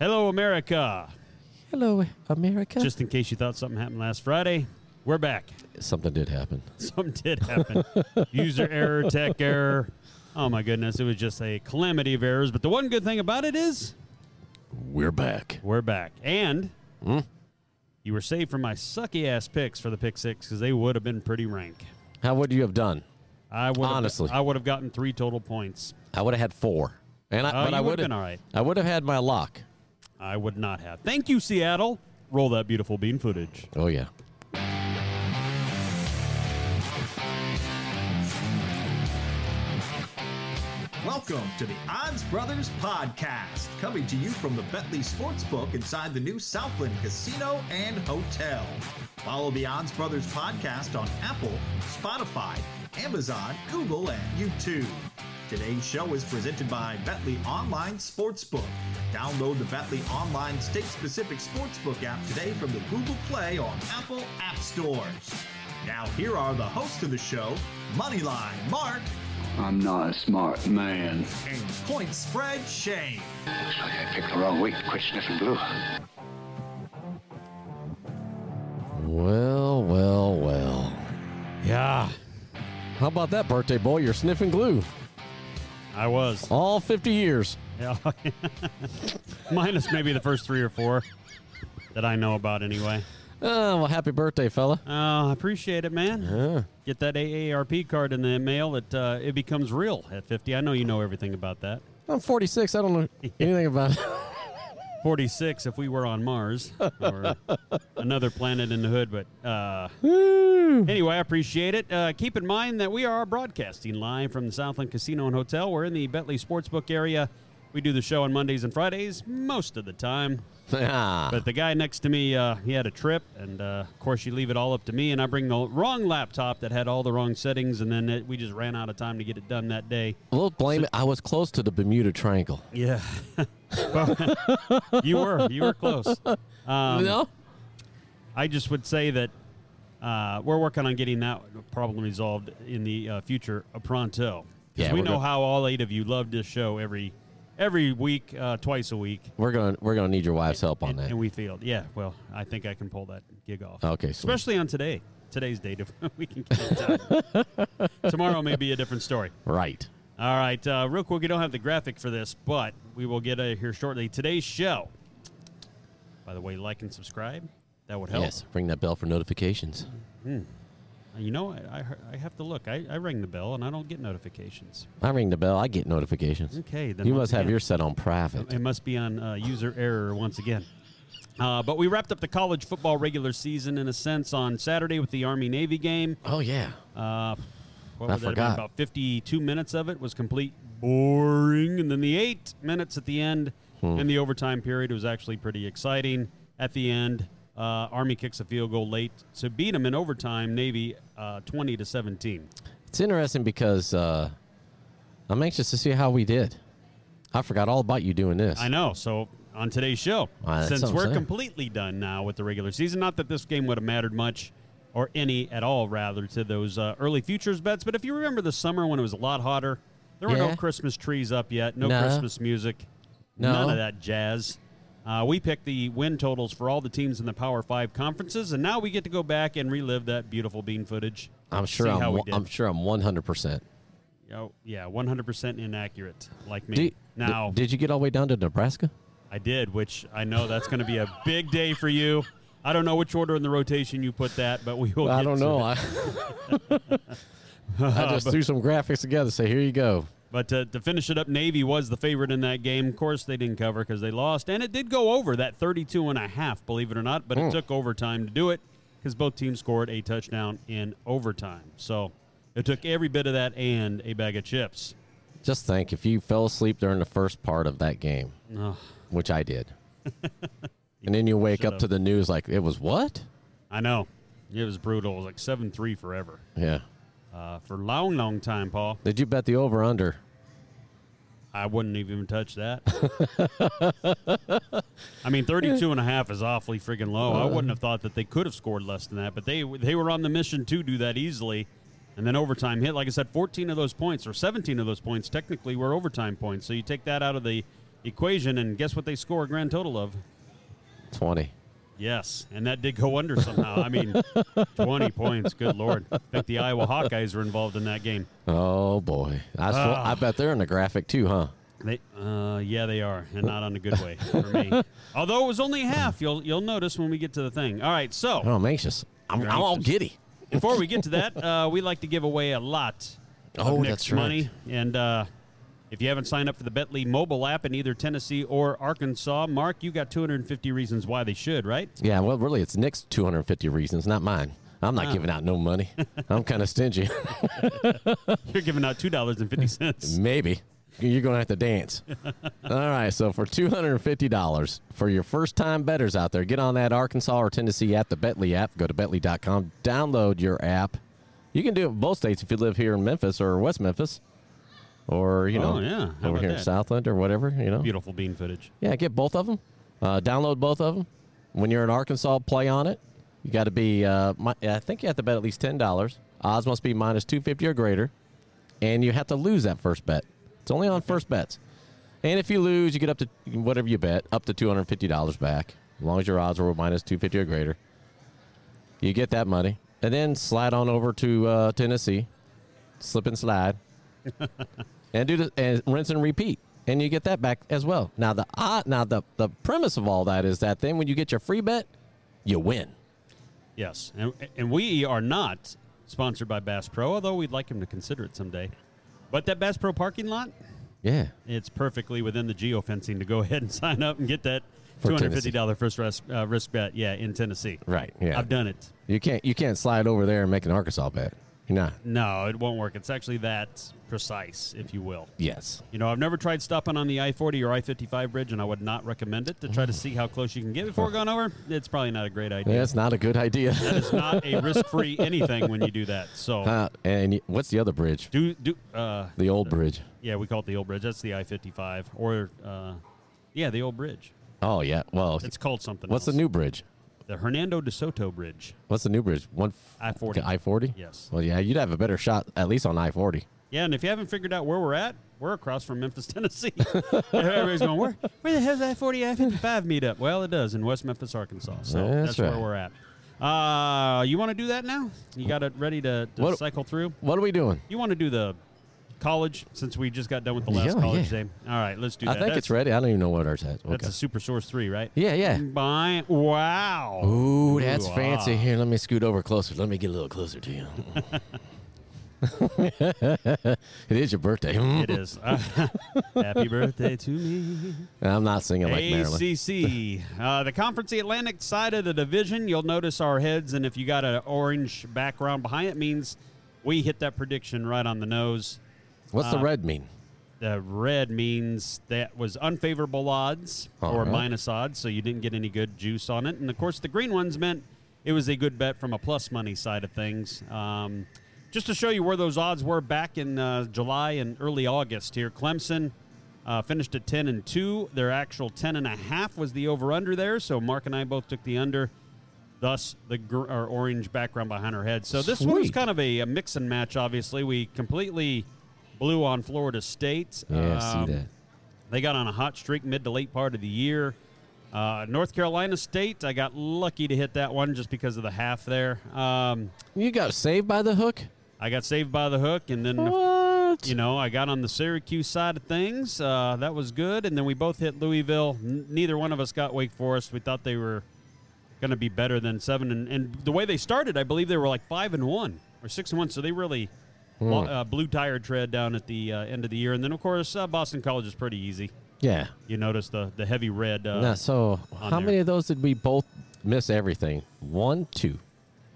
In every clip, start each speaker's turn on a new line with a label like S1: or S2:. S1: Hello, America.
S2: Hello, America.
S1: Just in case you thought something happened last Friday, we're back.
S2: something did happen.
S1: Something did happen. User error, tech error. Oh my goodness, it was just a calamity of errors. But the one good thing about it is
S2: We're back.
S1: we're back. And you were saved from my sucky ass picks for the pick six because they would have been pretty rank.
S2: How would you have done?
S1: I would
S2: Honestly.
S1: I would have gotten three total points.
S2: I would have had four, and I,
S1: Oh,
S2: but
S1: you
S2: I
S1: would've
S2: would have
S1: been all right.
S2: I would have had my lock.
S1: I would not have. Thank you, Seattle. Roll that beautiful bean footage.
S2: Oh yeah.
S3: Welcome to the Odds Brothers Podcast, coming to you from the Bentley Sportsbook inside the new Southland Casino and Hotel. Follow the Odds Brothers Podcast on Apple, Spotify, Amazon, Google, and YouTube. Today's show is presented by Bentley Online Sportsbook. Download the Bentley Online State Specific Sportsbook app today from the Google Play or Apple App Stores. Now, here are the hosts of the show Moneyline Mark
S4: I'm not a smart man.
S3: and Point Spread Shane.
S4: Looks like I picked the wrong week to quit sniffing glue.
S2: Well, well, well.
S1: Yeah,
S2: How about that birthday boy? You're sniffing glue
S1: I was.
S2: all 50 years.
S1: Yeah. Minus maybe the first three or four that I know about anyway.
S2: Oh, well, happy birthday, fella.
S1: Oh, I appreciate it, man. Get that AARP card in the mail. It uh, it becomes real at 50. I know you know everything about that.
S2: I'm 46. I don't know anything about it.
S1: 46 if we were on Mars or another planet in the hood. But uh, anyway, I appreciate it. Uh, keep in mind that we are broadcasting live from the Southland Casino and Hotel. We're in the Bentley Sportsbook area. We do the show on Mondays and Fridays most of the time.
S2: Ah.
S1: But the guy next to me, uh, he had a trip, and uh, of course, you leave it all up to me. And I bring the wrong laptop that had all the wrong settings, and then it, we just ran out of time to get it done that day.
S2: We'll blame it. I was close to the Bermuda Triangle.
S1: Yeah, you were you were close. Um,
S2: no?
S1: I just would say that uh, we're working on getting that problem resolved in the uh, future uh, pronto. 'Cause
S2: Yeah,
S1: we
S2: we're
S1: know
S2: good.
S1: how all eight of you love this show every every week, uh, twice a week.
S2: We're going to we're gonna need your wife's help on
S1: and,
S2: that.
S1: and we failed. Yeah, well, I think I can pull that gig off.
S2: eh? Okay, sweet.
S1: especially on today. Today's date, if we can get it done. Tomorrow may be a different story.
S2: Right.
S1: All right, uh, real quick, we don't have the graphic for this, but we will get it here shortly. Today's show. By the way, like and subscribe. That would help. Uh,
S2: Yes. Ring that bell for notifications.
S1: You know, I, I, hear- I have to look. I, I ring the bell and I don't get notifications.
S2: I ring the bell. I get notifications.
S1: Okay, then
S2: You
S1: once
S2: must have
S1: again-
S2: yours set on private.
S1: It must be on uh, user error once again. Uh, but we wrapped up the college football regular season in a sense on Saturday with the Army Navy game.
S2: Oh, yeah.
S1: Uh, what
S2: I
S1: would that have been?
S2: forgot.
S1: About 52 minutes of it was complete boring. And then the eight minutes at the end
S2: Hmm.
S1: and the overtime period was actually pretty exciting. At the end, uh, Army kicks a field goal late to beat them in overtime, Navy uh, 20 to 17.
S2: It's interesting because uh, I'm anxious to see how we did. I forgot all about you doing this.
S1: I know. So on today's show,
S2: Wow, that's
S1: since
S2: what I'm
S1: we're
S2: saying.
S1: completely done now with the regular season, not that this game would have mattered much or any at all, rather, to those uh, early futures bets. But if you remember the summer when it was a lot hotter, there were no
S2: Yeah.
S1: Christmas trees up yet, no,
S2: No.
S1: Christmas music,
S2: No.
S1: none of that jazz. Uh, we picked the win totals for all the teams in the Power Five conferences, and now we get to go back and relive that beautiful bean footage.
S2: I'm sure
S1: See
S2: I'm
S1: how we
S2: one-
S1: did.
S2: I'm sure I'm 100. percent
S1: Oh, yeah, 100% inaccurate, like me.
S2: Did
S1: now,
S2: did you get all the way down to Nebraska?
S1: I did, which I know that's going to be a big day for you. I don't know which order in the rotation you put that, but we will.
S2: I
S1: get
S2: don't
S1: to
S2: know.
S1: that.
S2: I, I just threw some graphics together. Say here you go.
S1: But uh, to, to finish it up, Navy was the favorite in that game. Of course, they didn't cover because they lost, and it did go over that 32 and a half, believe it or not.
S2: Hmm.
S1: But it took overtime to do it because both teams scored a touchdown in overtime. So it took every bit of that and a bag of chips.
S2: Just think if you fell asleep during the first part of that game,
S1: Ugh.
S2: which I did, and then you wake up
S1: should've.
S2: to the news like it was what?
S1: I know it was brutal. It was like seven three forever
S2: Yeah.
S1: uh, for long, long time, Paul.
S2: Did you bet the over under?
S1: I wouldn't even touch that. I mean, 32 and a half is awfully freaking low. I wouldn't have thought that they could have scored less than that, but they they were on the mission to do that easily. And then overtime hit. Like I said, 14 of those points or 17 of those points technically were overtime points. So you take that out of the equation, and guess what they score a grand total of?
S2: 20.
S1: Yes, and that did go under somehow. I mean, 20 points. Good lord! I think the Iowa Hawkeyes were involved in that game.
S2: Oh, boy. I, sw-
S1: Ah.
S2: I bet they're in the graphic too, huh?
S1: They, uh, yeah, they are, and not on a good way for me. Although it was only half, you'll you'll notice when we get to the thing. All right,
S2: Oh,
S1: so
S2: I'm anxious. I'm,
S1: You're
S2: I'm all
S1: anxious.
S2: giddy.
S1: before we get to that, uh, we like to give away a lot of
S2: Oh,
S1: Nick's
S2: that's right.
S1: money, and uh, if you haven't signed up for the Bentley mobile app in either Tennessee or Arkansas, Mark, you got 250 reasons why they should, right?
S2: Yeah, well, really, it's Nick's 250 reasons, not mine. I'm not giving out no money. I'm kind of stingy.
S1: You're giving out two dollars and fifty cents.
S2: Maybe. You're going to have to dance. All right. So for $250 for your first time betters out there, get on that Arkansas or Tennessee app, the Betley app. Go to betley.com, download your app. You can do it in both states if you live here in Memphis or West Memphis or, you know,
S1: Oh, yeah. How
S2: over
S1: about
S2: here in
S1: that?
S2: Southland or whatever, you know.
S1: Beautiful bean footage.
S2: Yeah, get both of them. Uh, download both of them. When you're in Arkansas, play on it. You got to be. Uh, mi- I think you have to bet at least ten dollars. Odds must be minus two fifty or greater, and you have to lose that first bet. It's only on first bets. And if you lose, you get up to whatever you bet, up to two hundred fifty dollars back, as long as your odds were minus two fifty or greater. You get that money, and then slide on over to uh, Tennessee, slip and slide and do the and rinse and repeat and you get that back as well now the uh, now the, the premise of all that is that then when you get your free bet you win
S1: Yes, and, and we are not sponsored by Bass Pro, although we'd like him to consider it someday. But that Bass Pro parking lot,
S2: yeah
S1: it's perfectly within the geofencing to go ahead and sign up and get that
S2: For
S1: two hundred fifty dollar first risk, uh, risk bet. Yeah, in Tennessee.
S2: right yeah
S1: I've done it.
S2: you can't you can't slide over there and make an arkansas bet you're not
S1: No, it won't work. It's actually that precise, if you will.
S2: yes
S1: You know, I've never tried stopping on the I forty or I fifty five bridge, and I would not recommend it to try to
S2: Mm.
S1: see how close you can get before going over. It's probably not a great idea.
S2: that's not a good idea
S1: It's not a risk free anything when you do that. So
S2: Uh, and y- what's the other bridge
S1: do do uh,
S2: the old bridge
S1: yeah, we call it the old bridge. That's the I fifty five or uh, yeah, the old bridge.
S2: oh yeah well
S1: It's called something.
S2: what's the
S1: else.
S2: new bridge
S1: The Hernando de Soto Bridge.
S2: what's the new bridge one
S1: I-40.
S2: i 40
S1: Yes.
S2: well yeah you'd have a better shot at least on i-40
S1: Yeah, and if you haven't figured out where we're at, we're across from Memphis, Tennessee. Everybody's going, where, where the hell's I 40, I 55 meet up? Well, it does in West Memphis, Arkansas. So
S2: That's
S1: that's,
S2: right.
S1: where we're at. Uh, you want to do that now? You got it ready to, to
S2: What-
S1: cycle through?
S2: what are we doing
S1: You want to do the college since we just got done with the last
S2: Yeah,
S1: college
S2: yeah.
S1: day? All right, let's do
S2: i
S1: that.
S2: think
S1: that's,
S2: it's ready i don't even know what ours is
S1: That's
S2: Okay.
S1: a Super Source 3, right?
S2: yeah yeah
S1: By, wow.
S2: Ooh, that's
S1: Ooh,
S2: fancy.
S1: ah.
S2: Here, let me scoot over closer. Let me get a little closer to you. it is your birthday. Hmm?
S1: It is. Uh, happy birthday to me.
S2: I'm not singing like Marilyn.
S1: ACC, uh, the conference, the Atlantic side of the division. You'll notice our heads, and if you got an orange background behind it, means we hit that prediction right on the nose.
S2: What's
S1: uh,
S2: the red mean?
S1: The red means that was unfavorable odds
S2: All
S1: or
S2: right.
S1: minus odds, so you didn't get any good juice on it. And of course, the green ones meant it was a good bet from a plus money side of things. Um, just to show you where those odds were back in uh, July and early August here, Clemson uh, finished at 10 and 2. Their actual 10 and a half was the over under there, so Mark and I both took the under. Thus, the gr- our orange background behind her head. So this one was
S2: Sweet.
S1: kind of a, a mix and match. Obviously, we completely blew on Florida State.
S2: Yeah, I
S1: Um,
S2: see that.
S1: They got on a hot streak mid to late part of the year. Uh, North Carolina State, I got lucky to hit that one just because of the half there. Um,
S2: You got saved by the hook?
S1: I got saved by the hook, and then
S2: What?
S1: you know I got on the Syracuse side of things. Uh, that was good, and then we both hit Louisville. N- neither one of us got Wake Forest. We thought they were going to be better than seven, and, and the way they started, I believe they were like five and one or six and one. So they really lo- uh, blew tire tread down at the uh, end of the year, and then of course uh, Boston College is pretty easy.
S2: Yeah.
S1: You notice the the heavy red. Uh,
S2: now, so
S1: on
S2: how
S1: there.
S2: many of those did we both miss everything? One, two.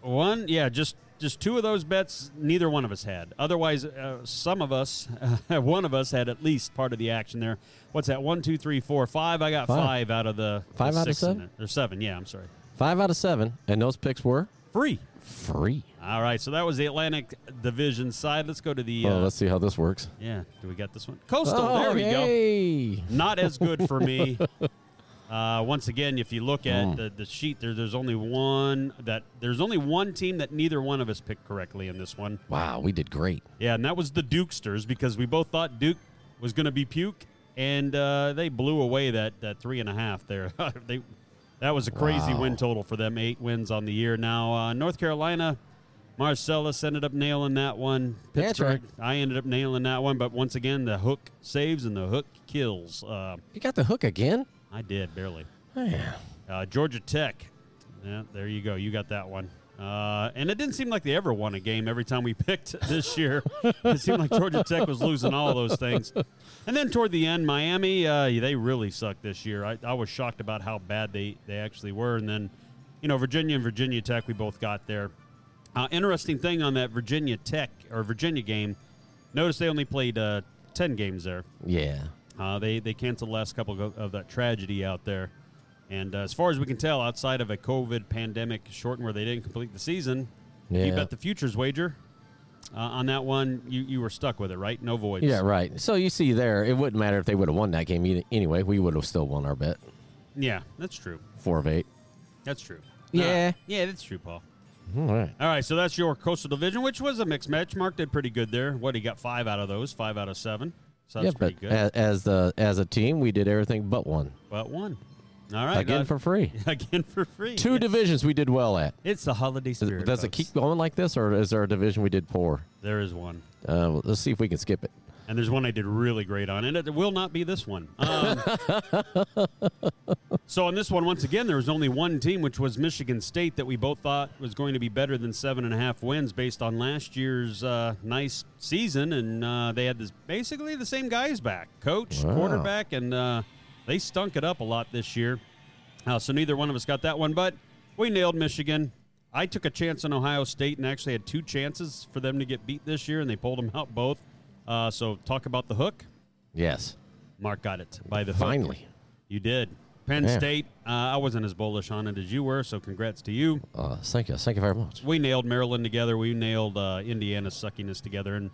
S1: One, yeah, just just two of those bets. Neither one of us had. Otherwise, uh, some of us, one of us had at least part of the action there. What's that? One, two, three, four, five. I got
S2: Five.
S1: five, out of the the
S2: Five out of
S1: six in
S2: seven?
S1: there. or seven. Yeah, I'm sorry.
S2: Five out of seven. And those picks were
S1: Free.
S2: free.
S1: All right, so that was the Atlantic Division side. Let's go to the.
S2: Oh,
S1: Uh,
S2: let's see how this works.
S1: yeah, do we got this one? Coastal.
S2: oh,
S1: there we go.
S2: yay.
S1: Not as good for me. Uh, once again, if you look
S2: Oh.
S1: at the, the sheet, there, there's only one that there's only one team that neither one of us picked correctly in this one.
S2: Wow, we did great.
S1: Yeah, and that was the Dukesters because we both thought Duke was going to be puke, and uh, they blew away that, that three and a half there. they, that was a crazy win total for them. Eight wins on the year. Now uh, North Carolina, Marcellus ended up nailing that one.
S2: Yeah, that's
S1: Pittsburgh, I ended up nailing that one, but once again the hook saves and the hook kills. Uh,
S2: You got the hook again?
S1: I did barely.
S2: Man.
S1: Uh, Georgia Tech. Yeah, there you go. You got that one. Uh, and it didn't seem like they ever won a game every time we picked this year. it seemed like Georgia Tech was losing all those things. And then toward the end, Miami, uh, they really sucked this year. I, I was shocked about how bad they, they actually were. And then, you know, Virginia and Virginia Tech, we both got there. Uh, interesting thing on that Virginia Tech or Virginia game, notice they only played uh, 10 games there.
S2: Yeah.
S1: Uh, they they canceled the last couple go- of that tragedy out there, and uh, as far as we can tell, outside of a COVID pandemic shortened where they didn't complete the season, you
S2: Yeah.
S1: bet the futures wager uh, on that one. You you were stuck with it, right? No voids.
S2: Yeah, right. So you see there, it wouldn't matter if they would have won that game e- anyway. We would have still won our bet.
S1: yeah, that's true.
S2: Four of eight.
S1: That's true.
S2: Yeah.
S1: Uh, yeah, that's true, Paul.
S2: All right.
S1: All right, so that's your coastal division, which was a mixed match. Mark did pretty good there. What he got five out of those, five out of seven. So that's
S2: yeah,
S1: pretty
S2: but uh,
S1: good.
S2: as, as the as a team, we did everything but one
S1: but one. All right,
S2: again
S1: uh,
S2: for free.
S1: again for free.
S2: Two divisions we did well at.
S1: It's the holiday
S2: Does,
S1: spirit.
S2: does it
S1: folks.
S2: keep going like this, or is there a division we did poor?
S1: There is one.
S2: Uh, well, let's see if we can skip it.
S1: And there's one I did really great on, and it will not be this one. Um, so on this one, once again, there was only one team, which was Michigan State, that we both thought was going to be better than seven and a half wins based on last year's uh, nice season, and uh, they had this basically the same guys back, coach,
S2: Wow.
S1: quarterback, and uh, they stunk it up a lot this year. Uh, so neither one of us got that one, but we nailed Michigan. I took a chance on Ohio State and actually had two chances for them to get beat this year, and they pulled them out both. Uh, so talk about the hook.
S2: Yes,
S1: Mark got it by the hook.
S2: finally.
S1: You did. Penn
S2: Yeah.
S1: State. Uh, I wasn't as bullish on it as you were, so congrats to you.
S2: Uh, thank you, thank you very much.
S1: We nailed Maryland together. We nailed uh, Indiana's suckiness together, and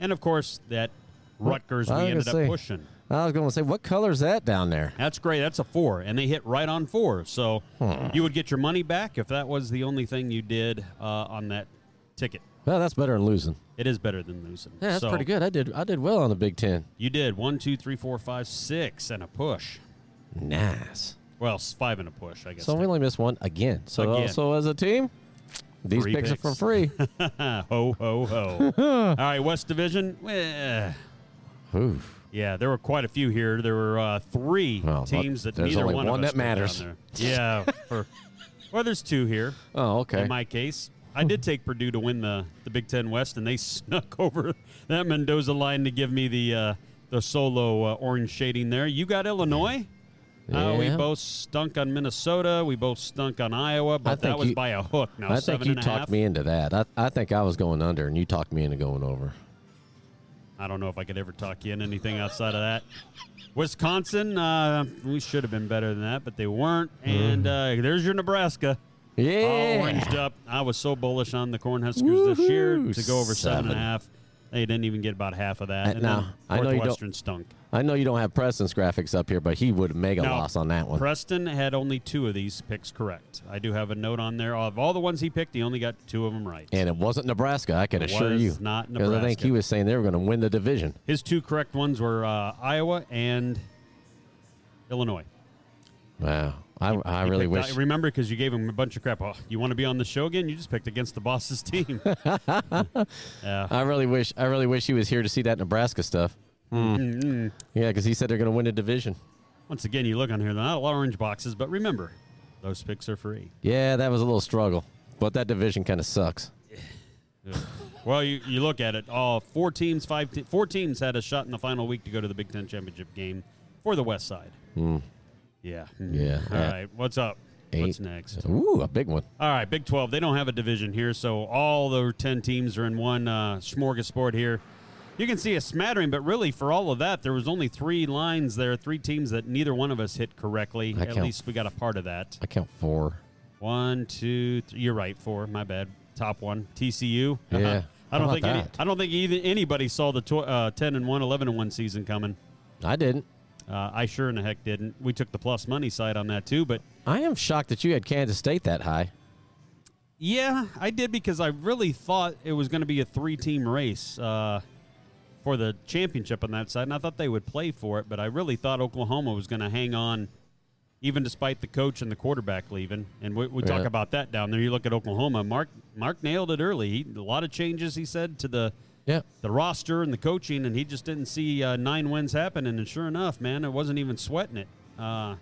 S1: and of course that Rutgers
S2: I
S1: we
S2: was
S1: ended up
S2: gonna say-
S1: pushing.
S2: I was going to say, what color is that down there?
S1: That's great. That's a four, and they hit right on four. So
S2: Hmm.
S1: you would get your money back if that was the only thing you did uh, on that ticket.
S2: Well, that's better than losing.
S1: It is better than losing.
S2: Yeah, that's
S1: So
S2: pretty good. I did, I did well on the Big Ten.
S1: You did one, two, three, four, five, six, and a push.
S2: Nice.
S1: Well, s- five and a push, I guess.
S2: So we only missed one again. So, uh,
S1: Again.
S2: so as a team, these
S1: Free
S2: picks, are for
S1: picks.
S2: free.
S1: ho, ho, ho. All right, West Division. eh,
S2: Oof.
S1: Yeah, there were quite a few here. There were uh, three
S2: Well, but
S1: teams that
S2: there's
S1: neither
S2: only
S1: one, of
S2: one
S1: us
S2: that matters.
S1: put down there. Yeah, for, well, there's two here.
S2: Oh, okay.
S1: in my case. I did take Purdue to win the, the Big Ten West, and they snuck over that Mendoza line to give me the uh, the solo uh, orange shading there. You got Illinois. Uh, we
S2: Yeah.
S1: both stunk on Minnesota. We both stunk on Iowa, but that
S2: think
S1: was
S2: you-
S1: by a hook. Now
S2: I think
S1: seven
S2: you
S1: and a half.
S2: talked me into that. I, I think I was going under, and you talked me into going over.
S1: Oh, I don't know if I could ever talk you in anything outside of that. Wisconsin, uh, we should have been better than that, but they weren't. And
S2: Mm-hmm.
S1: uh, there's your Nebraska.
S2: Yeah.
S1: all oranged up. I was so bullish on the Cornhuskers this year
S2: Woohoo,
S1: to go over seven and a
S2: seven.
S1: half. They didn't even get about half of that.
S2: Uh,
S1: and
S2: no,
S1: then
S2: I know you don't-
S1: Northwestern stunk.
S2: I know you don't have Preston's graphics up here, but he would mega
S1: No.
S2: loss on that one.
S1: Preston had only two of these picks correct. I do have a note on there. Of all the ones he picked, he only got two of them right.
S2: and it wasn't Nebraska, I can
S1: It
S2: assure
S1: was
S2: you.
S1: not
S2: 'Cause I think
S1: Nebraska.
S2: he was saying they were going to win the division.
S1: His two correct ones were uh, Iowa and Illinois.
S2: Wow. I, I
S1: You
S2: really
S1: picked-
S2: wish.
S1: I remember because you gave him a bunch of crap. Oh, you want to be on the show again? You just picked against the boss's team. yeah.
S2: I really wish. I really wish he was here to see that Nebraska stuff.
S1: Mm-mm.
S2: Yeah, because he said they're going to win the division.
S1: Once again, you look on here, they're not a lot of orange boxes, but remember, those picks are free.
S2: Yeah, that was a little struggle, but that division kind of sucks.
S1: Well, you, you look at it. All four teams, five te- four teams had a shot in the final week to go to the Big Ten championship game for the West Side. Yeah.
S2: Hmm.
S1: Hmm.
S2: Yeah.
S1: All
S2: Yeah.
S1: right. What's up? What's
S2: Eight.
S1: next?
S2: Ooh, a big one.
S1: All right, Big 12. They don't have a division here, so all the 10 teams are in one uh, smorgasbord here. You can see a smattering, but really, for all of that, there was only three lines there, three teams that neither one of us hit correctly.
S2: I
S1: At
S2: count-
S1: least we got a part of that.
S2: I count four.
S1: One, two, three. You're right. Four. My bad. Top one. TCU.
S2: Yeah.
S1: I don't
S2: How about
S1: think any,
S2: that?
S1: I don't think either, anybody saw the tw- uh, 10 and 1, 11 and 1 season coming.
S2: I didn't.
S1: Uh, I sure in the heck didn't. We took the plus money side on that too, but
S2: I am shocked that you had Kansas State that high.
S1: yeah, I did because I really thought it was going to be a three team race. Uh, for the championship on that side, and I thought they would play for it, but I really thought Oklahoma was going to hang on, even despite the coach and the quarterback leaving. And we, we talk
S2: Yeah.
S1: about that down there. You look at Oklahoma, Mark Mark nailed it early. He, a lot of changes he said to the
S2: Yeah.
S1: the roster and the coaching, and he just didn't see uh, nine wins happening. And sure enough, man, it wasn't even sweating it. Uh,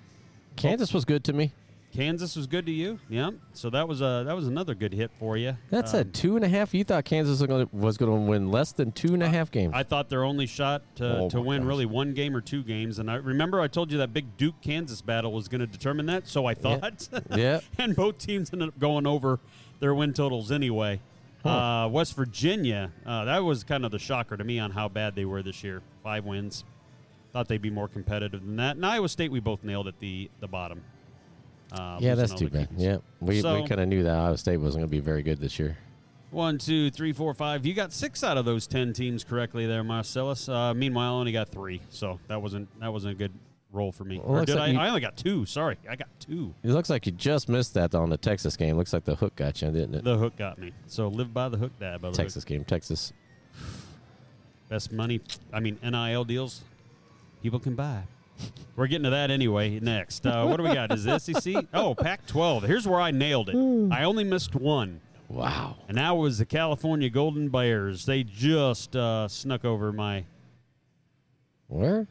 S2: Kansas was good to me.
S1: Kansas was good to you, yeah. So that was a that was another good hit for you.
S2: That's
S1: Uh,
S2: a two and a half. You thought Kansas was gonna- was going to win less than two and a half games.
S1: I thought their only shot to,
S2: Oh
S1: to
S2: my
S1: win
S2: gosh.
S1: really one game or two games, and I remember I told you that big Duke Kansas battle was going to determine that. So I thought,
S2: Yeah.
S1: and both teams ended up going over their win totals anyway. Uh, West Virginia, uh, that was kind of the shocker to me on how bad they were this year. Five wins, thought they'd be more competitive than that. And Iowa State, we both nailed at the the bottom. Uh,
S2: yeah,
S1: losing
S2: that's
S1: all
S2: too
S1: the
S2: bad.
S1: keys.
S2: Yeah, we,
S1: So-
S2: we kind of knew that Iowa State wasn't going to be very good this year.
S1: One, two, three, four, five. You got six out of those ten teams correctly there, Marcellus. Uh, meanwhile, I only got three, so that wasn't that wasn't a good roll for me.
S2: Well,
S1: Or
S2: looks
S1: did
S2: like
S1: I?
S2: you-
S1: I only got two. Sorry, I got two.
S2: It looks like you just missed that on the Texas game. Looks like the hook got you, didn't it?
S1: The hook got me. So live by the hook, dab by the
S2: Texas game, Texas.
S1: hook. Best money. I mean, nil deals people can buy. We're getting to that anyway. Next, uh, what do we got? Is the SEC? Oh, Pac-12. Here's where I nailed it.
S2: Hmm.
S1: I only missed one.
S2: Wow.
S1: and that was the California Golden Bears. They just uh, snuck over my
S2: Where?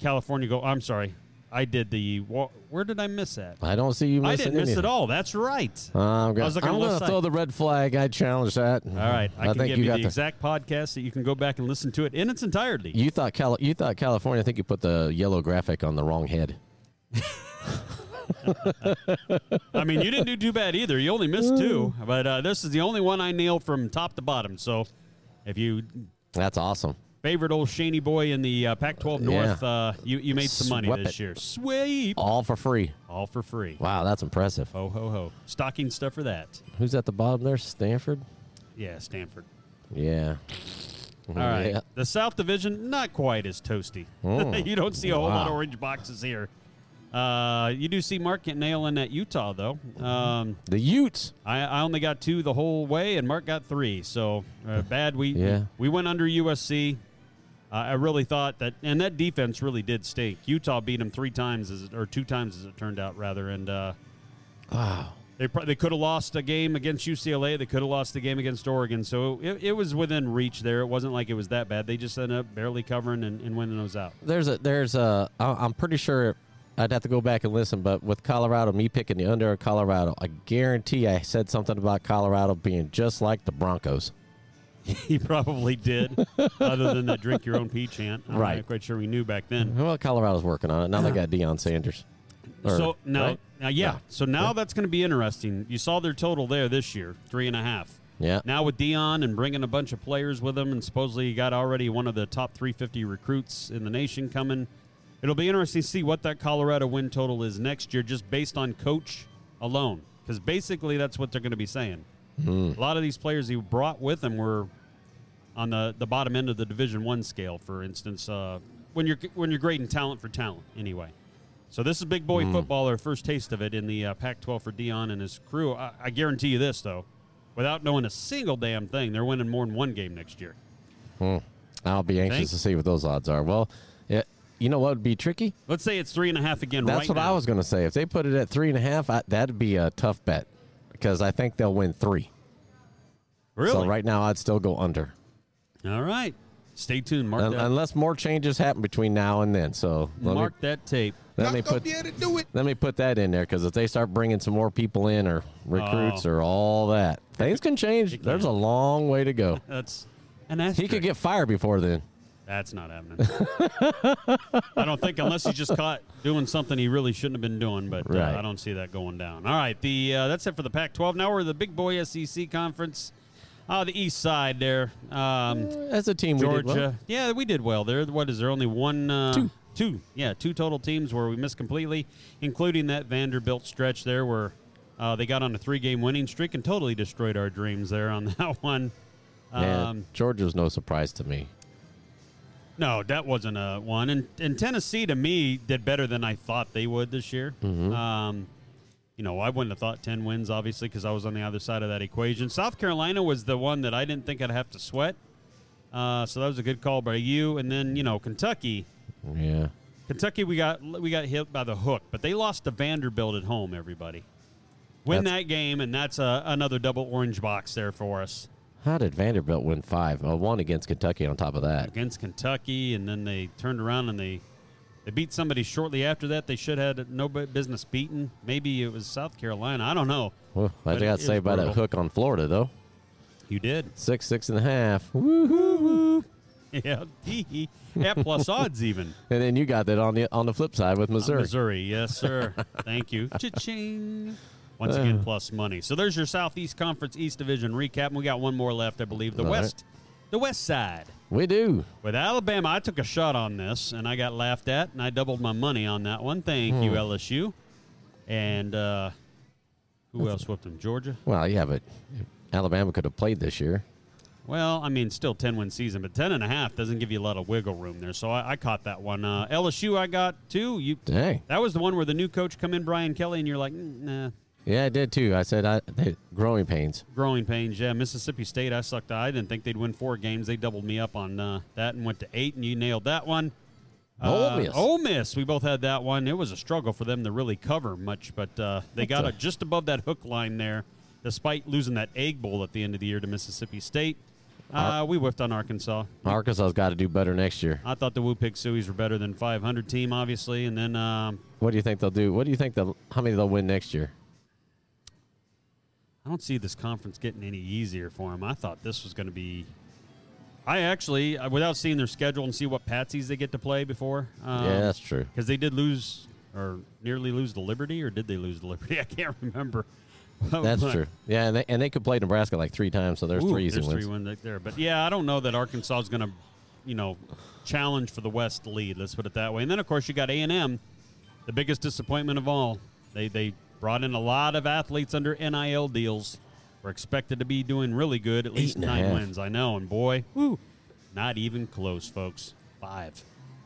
S1: California Gold. I'm sorry, I did the. wa- Where did I miss that?
S2: I don't see you missing
S1: I didn't miss
S2: anything.
S1: it all. That's right.
S2: Uh, I'm
S1: I was
S2: gonna,
S1: looking
S2: I'm
S1: left
S2: gonna
S1: side.
S2: throw the red flag. I challenge that.
S1: all right, I, can
S2: think
S1: give
S2: you
S1: you,
S2: got
S1: the exact podcast that you can go back and listen to it in its entirety.
S2: You thought Cali- you thought California. I think you put the yellow graphic on the wrong head.
S1: I mean, you didn't do too bad either. You only missed two,
S2: Mm.
S1: but uh, this is the only one I nailed from top to bottom. So, if you
S2: That's awesome.
S1: favorite old Shaney boy in the uh, Pac-12 North,
S2: Yeah.
S1: uh, you you made some money
S2: Swept
S1: this
S2: it.
S1: year. Sweep
S2: All for free.
S1: all for free.
S2: Wow, that's impressive.
S1: Ho ho ho! Stocking stuff for that.
S2: Who's at the bottom there? Stanford.
S1: Yeah, Stanford.
S2: Yeah.
S1: All right.
S2: Yeah. Oh.
S1: The South Division, not quite as toasty. you don't see a whole lot of
S2: wow.
S1: orange boxes here. Uh, you do see Mark getting nail in at Utah, though. Um,
S2: The Utes.
S1: I, I only got two the whole way, and Mark got three. So uh, bad. We
S2: Yeah.
S1: we went under USC. Uh, I really thought that, and that defense really did stink. Utah beat them three times, as it, or two times as it turned out, rather. And uh,
S2: Wow.
S1: they pro- they could have lost a game against UCLA. They could have lost the game against Oregon. So it, it was within reach there. It wasn't like it was that bad. They just ended up barely covering and, and winning those out.
S2: There's a there's a. I- I'm pretty sure I'd have to go back and listen, but with Colorado, me picking the under of Colorado, I guarantee I said something about Colorado being just like the Broncos.
S1: he probably did, other than that drink your own pee chant. I'm
S2: Right.
S1: not quite sure we knew back then.
S2: Well, Colorado's working on it now. They got Deion Sanders. Or-
S1: so now,
S2: right?
S1: now yeah.
S2: Yeah.
S1: So now that's going to be interesting. You saw their total there this year, three and a half.
S2: Yeah.
S1: Now with Dion and bringing a bunch of players with him, and supposedly he got already one of the top 350 recruits in the nation coming. It'll be interesting to see what that Colorado win total is next year, just based on coach alone, because basically that's what they're going to be saying.
S2: Hmm.
S1: A lot of these players he brought with him were on the, the bottom end of the Division One scale, for instance, uh, when you're when you're grading talent for talent, anyway. So this is big boy
S2: Hmm.
S1: football, our first taste of it in the uh, Pac-12 for Dion and his crew. I, I guarantee you this though, without knowing a single damn thing, they're winning more than one game next year.
S2: I'll be anxious
S1: Think?
S2: to see what those odds are. Well, yeah, you know what would be tricky?
S1: Let's say it's three and a half again.
S2: That's
S1: right
S2: what
S1: now.
S2: I was going to say. If they put it at three and a half, I, that'd be a tough bet because I think they'll win three.
S1: really.
S2: So right now, I'd still go under
S1: All right, stay tuned. Mark,
S2: Un-
S1: that,
S2: unless more changes happen between now and then. So let
S1: mark that tape.
S2: me let me put let me put that in there because if they start bringing some more people in or recruits
S1: Oh.
S2: or all that, things can change.
S1: It
S2: There's
S1: can.
S2: a long way to go.
S1: That's an asterisk.
S2: He could get fired before then.
S1: That's not happening. I don't think unless he's just caught doing something he really shouldn't have been doing, but uh,
S2: Right.
S1: I don't see that going down. All right, the uh, that's it for the Pac-12. Now we're the Big Boy SEC conference. Uh, the East Side there, um,
S2: That's a team.
S1: Georgia.
S2: We did well.
S1: Yeah, we did well there. What is there? Only one, uh,
S2: Two.
S1: two. Yeah, two total teams where we missed completely, including that Vanderbilt stretch there where uh, they got on a three-game winning streak and totally destroyed our dreams there on that one. Um,
S2: Yeah, Georgia's no surprise to me.
S1: No, that wasn't a one. And and Tennessee to me did better than I thought they would this year. Um, you know, I wouldn't have thought ten wins obviously because I was on the other side of that equation. South Carolina was the one that I didn't think I'd have to sweat. Uh, so that was a good call by you. And then you know Kentucky,
S2: Yeah.
S1: Kentucky, we got we got hit by the hook, but they lost to Vanderbilt at home. Everybody win
S2: That's-
S1: that game, and that's uh another double orange box there for us
S2: How did Vanderbilt win five? Oh, one against Kentucky on top of that.
S1: against Kentucky. And then they turned around and they they beat somebody shortly after that. They should have had no bu- business beating. Maybe it was South Carolina. I don't know.
S2: Well, I
S1: But it-
S2: got
S1: it
S2: saved
S1: was
S2: by that
S1: brutal.
S2: hook on Florida, though.
S1: You did.
S2: Six, six and a half. Woo-hoo-hoo.
S1: Yeah, hee-hee. at plus odds even.
S2: And then you got that on the on the flip side with Missouri.
S1: Missouri, yes, sir. Thank you. Cha-ching. Once
S2: Uh.
S1: again, plus money. So there's your Southeast Conference East Division recap. And we got one more left, I believe. The
S2: All right.
S1: West, the West Side
S2: We do.
S1: with Alabama. I took a shot on this and I got laughed at, and I doubled my money on that one. Thank you, LSU. And uh, who else whipped them? Georgia.
S2: Well, yeah, but Alabama could have played this year.
S1: Well, I mean, still 10 win season, but 10 and a half doesn't give you a lot of wiggle room there. So I, I caught that one. Uh, LSU, I got two. You
S2: Dang.
S1: That was the one where the new coach come in, Brian Kelly, and you're like, "Mm, nah,
S2: Yeah, I did too. I said I they, growing pains.
S1: growing pains. Yeah, Mississippi State, I sucked. I didn't think they'd win four games. They doubled me up on uh, that and went to eight, and you nailed that one.
S2: Ole
S1: Uh,
S2: Miss.
S1: Ole Miss. We both had that one. It was a struggle for them to really cover much, but uh, they got
S2: a-
S1: it just above that hook line there, despite losing that egg bowl at the end of the year to Mississippi State. Uh, we whiffed on Arkansas.
S2: Arkansas's got to do better next year.
S1: I thought the Woo Pig Sueys were better than 500 team, obviously, and then um,
S2: What do you think they'll do? What do you think they'll how many they'll win next year?
S1: I don't see this conference getting any easier for them. I thought this was going to be. I actually, uh, without seeing their schedule and see what patsies they get to play before. Um,
S2: yeah, that's true.
S1: Because they did lose or nearly lose the Liberty, or did they lose the Liberty? I can't remember.
S2: That's
S1: But-
S2: true. Yeah, and they, and they could play Nebraska like three times, so there's
S1: Ooh,
S2: three easy
S1: there's
S2: wins.
S1: three wins right there. But yeah, I don't know that Arkansas is going to, you know, challenge for the West lead. Let's put it that way. And then of course you got A and M, the biggest disappointment of all. They they brought in a lot of athletes under NIL deals. Were expected to be doing really good, at least
S2: and a
S1: nine
S2: half.
S1: wins. I know, and boy, whew, not even close, folks. Five.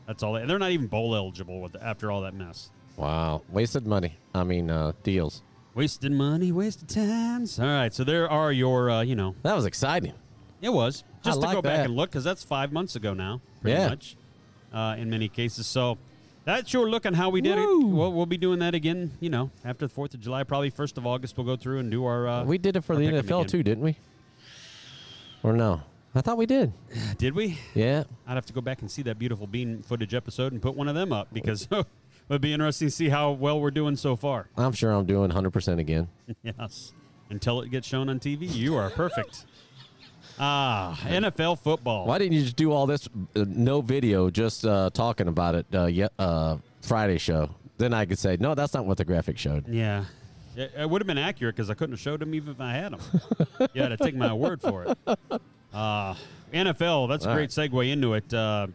S1: That's all. They, they're not even bowl eligible with, after all that mess.
S2: Wow, wasted money. I mean, uh, deals.
S1: Wasted money, wasted times. All right, so there are your, uh, you know,
S2: That was exciting.
S1: It was
S2: I
S1: just
S2: like
S1: to go
S2: that.
S1: back and look because that's five months ago now, pretty
S2: Yeah.
S1: much, uh, in many cases. So that's your look on how we did
S2: Woo.
S1: it. We'll, we'll be doing that again, you know, after the Fourth of July, probably first of August. We'll go through and do our. Uh,
S2: We did it for
S1: our
S2: the
S1: pick 'em
S2: NFL
S1: again.
S2: too, didn't we? Or no? I thought we did.
S1: Did we?
S2: Yeah.
S1: I'd have to go back and see that beautiful bean footage episode and put one of them up because it would be interesting to see how well we're doing so far.
S2: I'm sure I'm doing 100% again.
S1: Yes. Until it gets shown on TV, you are perfect. Ah, NFL football.
S2: Why didn't you just do all this, uh, no video, just uh, talking about it uh, ye- uh, Friday show? Then I could say, no, that's not what the graphic showed.
S1: Yeah. It, it would have been accurate because I couldn't have showed them even if I had them. you had to take my word for it. Uh, NFL, that's
S2: All
S1: a great segue into it. Uh,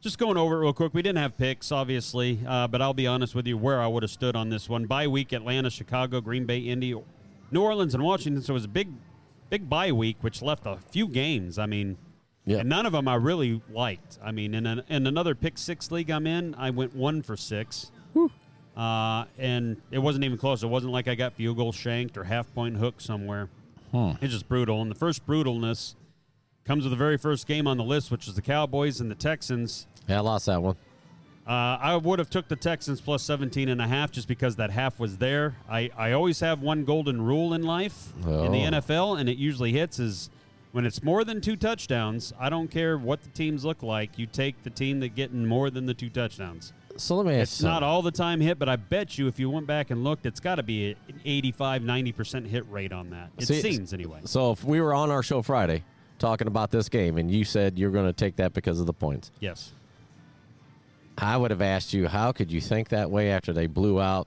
S1: just going over it real quick. We didn't have picks, obviously, uh, but I'll be honest with you where I would have stood on this one. Bye week, Atlanta, Chicago, Green Bay, Indy, New Orleans, and Washington. So it was a big, big bye week, which left a few games. I mean,
S2: Yeah.
S1: and none of them I really liked. I mean, in, an, in another pick six league I'm in, I went one for six. Uh, and it wasn't even close. It wasn't like I got field goal shanked or half point hook somewhere. It's just brutal. And the first brutalness comes with the very first game on the list, which is the Cowboys and the Texans.
S2: Yeah, I lost that one.
S1: Uh, I would have took the Texans plus 17 and a half just because that half was there. I, I always have one golden rule in life in
S2: Oh.
S1: the NFL, and it usually hits is when it's more than two touchdowns, I don't care what the teams look like, you take the team that getting more than the two touchdowns.
S2: So let me ask
S1: It's
S2: you
S1: not
S2: something.
S1: all the time hit, but I bet you if you went back and looked, it's got to be an 85, 90% hit rate on that. It
S2: See,
S1: seems, anyway.
S2: So if we were on our show Friday talking about this game and you said you're going to take that because of the points,
S1: Yes.
S2: I would have asked you, how could you think that way after they blew out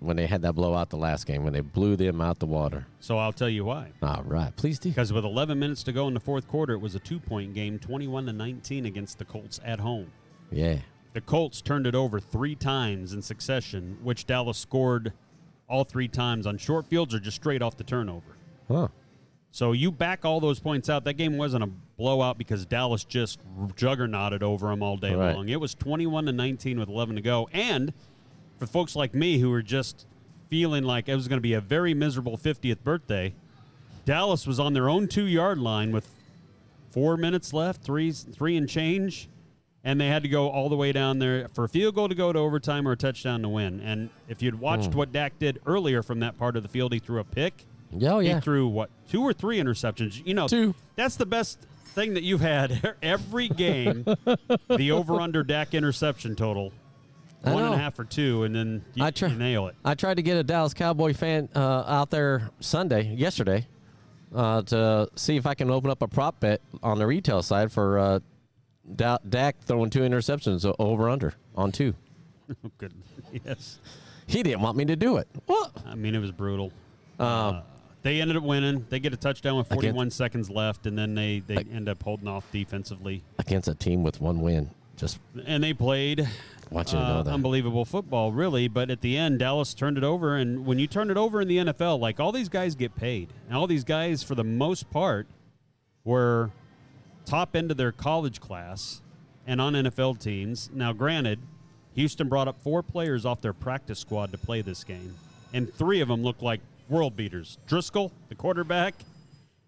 S2: when they had that blowout the last game, when they blew them out the water?
S1: So I'll tell you why.
S2: All right. Please do.
S1: Because with 11 minutes to go in the fourth quarter, it was a two point game, 21 to 19 against the Colts at home.
S2: Yeah.
S1: The Colts turned it over three times in succession, which Dallas scored all three times on short fields or just straight off the turnover.
S2: Huh.
S1: So you back all those points out. That game wasn't a blowout because Dallas just juggernauted over them all day
S2: Right.
S1: long. It was 21 to 19 with 11 to go. And for folks like me who were just feeling like it was going to be a very miserable 50th birthday, Dallas was on their own two yard line with four minutes left, three three and change, and they had to go all the way down there for a field goal to go to overtime or a touchdown to win. And if you'd watched what Dak did earlier from that part of the field, he threw a pick.
S2: Oh, yeah.
S1: He threw what two or three interceptions. You know,
S2: Two.
S1: That's the best thing that you've had every game. the over under Dak interception total.
S2: I
S1: One and a
S2: know.
S1: half or two, and then you,
S2: I try-
S1: you nail it.
S2: I tried to get a Dallas Cowboy fan uh, out there Sunday, yesterday, uh, to see if I can open up a prop bet on the retail side for uh, da- Dak throwing two interceptions o- over under on two.
S1: Oh, good. Yes.
S2: He didn't want me to do it. What?
S1: I mean, it was brutal. Uh, they ended up winning. They get a touchdown with
S2: Against-
S1: 41 seconds left, and then they, they end up holding off defensively.
S2: Against a team with one win. Just
S1: And they played
S2: want you to know
S1: uh,
S2: that.
S1: unbelievable football, really. But at the end, Dallas turned it over. And when you turn it over in the NFL, like all these guys get paid. And all these guys, for the most part, were top end of their college class and on NFL teams. Now, granted, Houston brought up four players off their practice squad to play this game, and three of them looked like world beaters. Driscoll, the quarterback,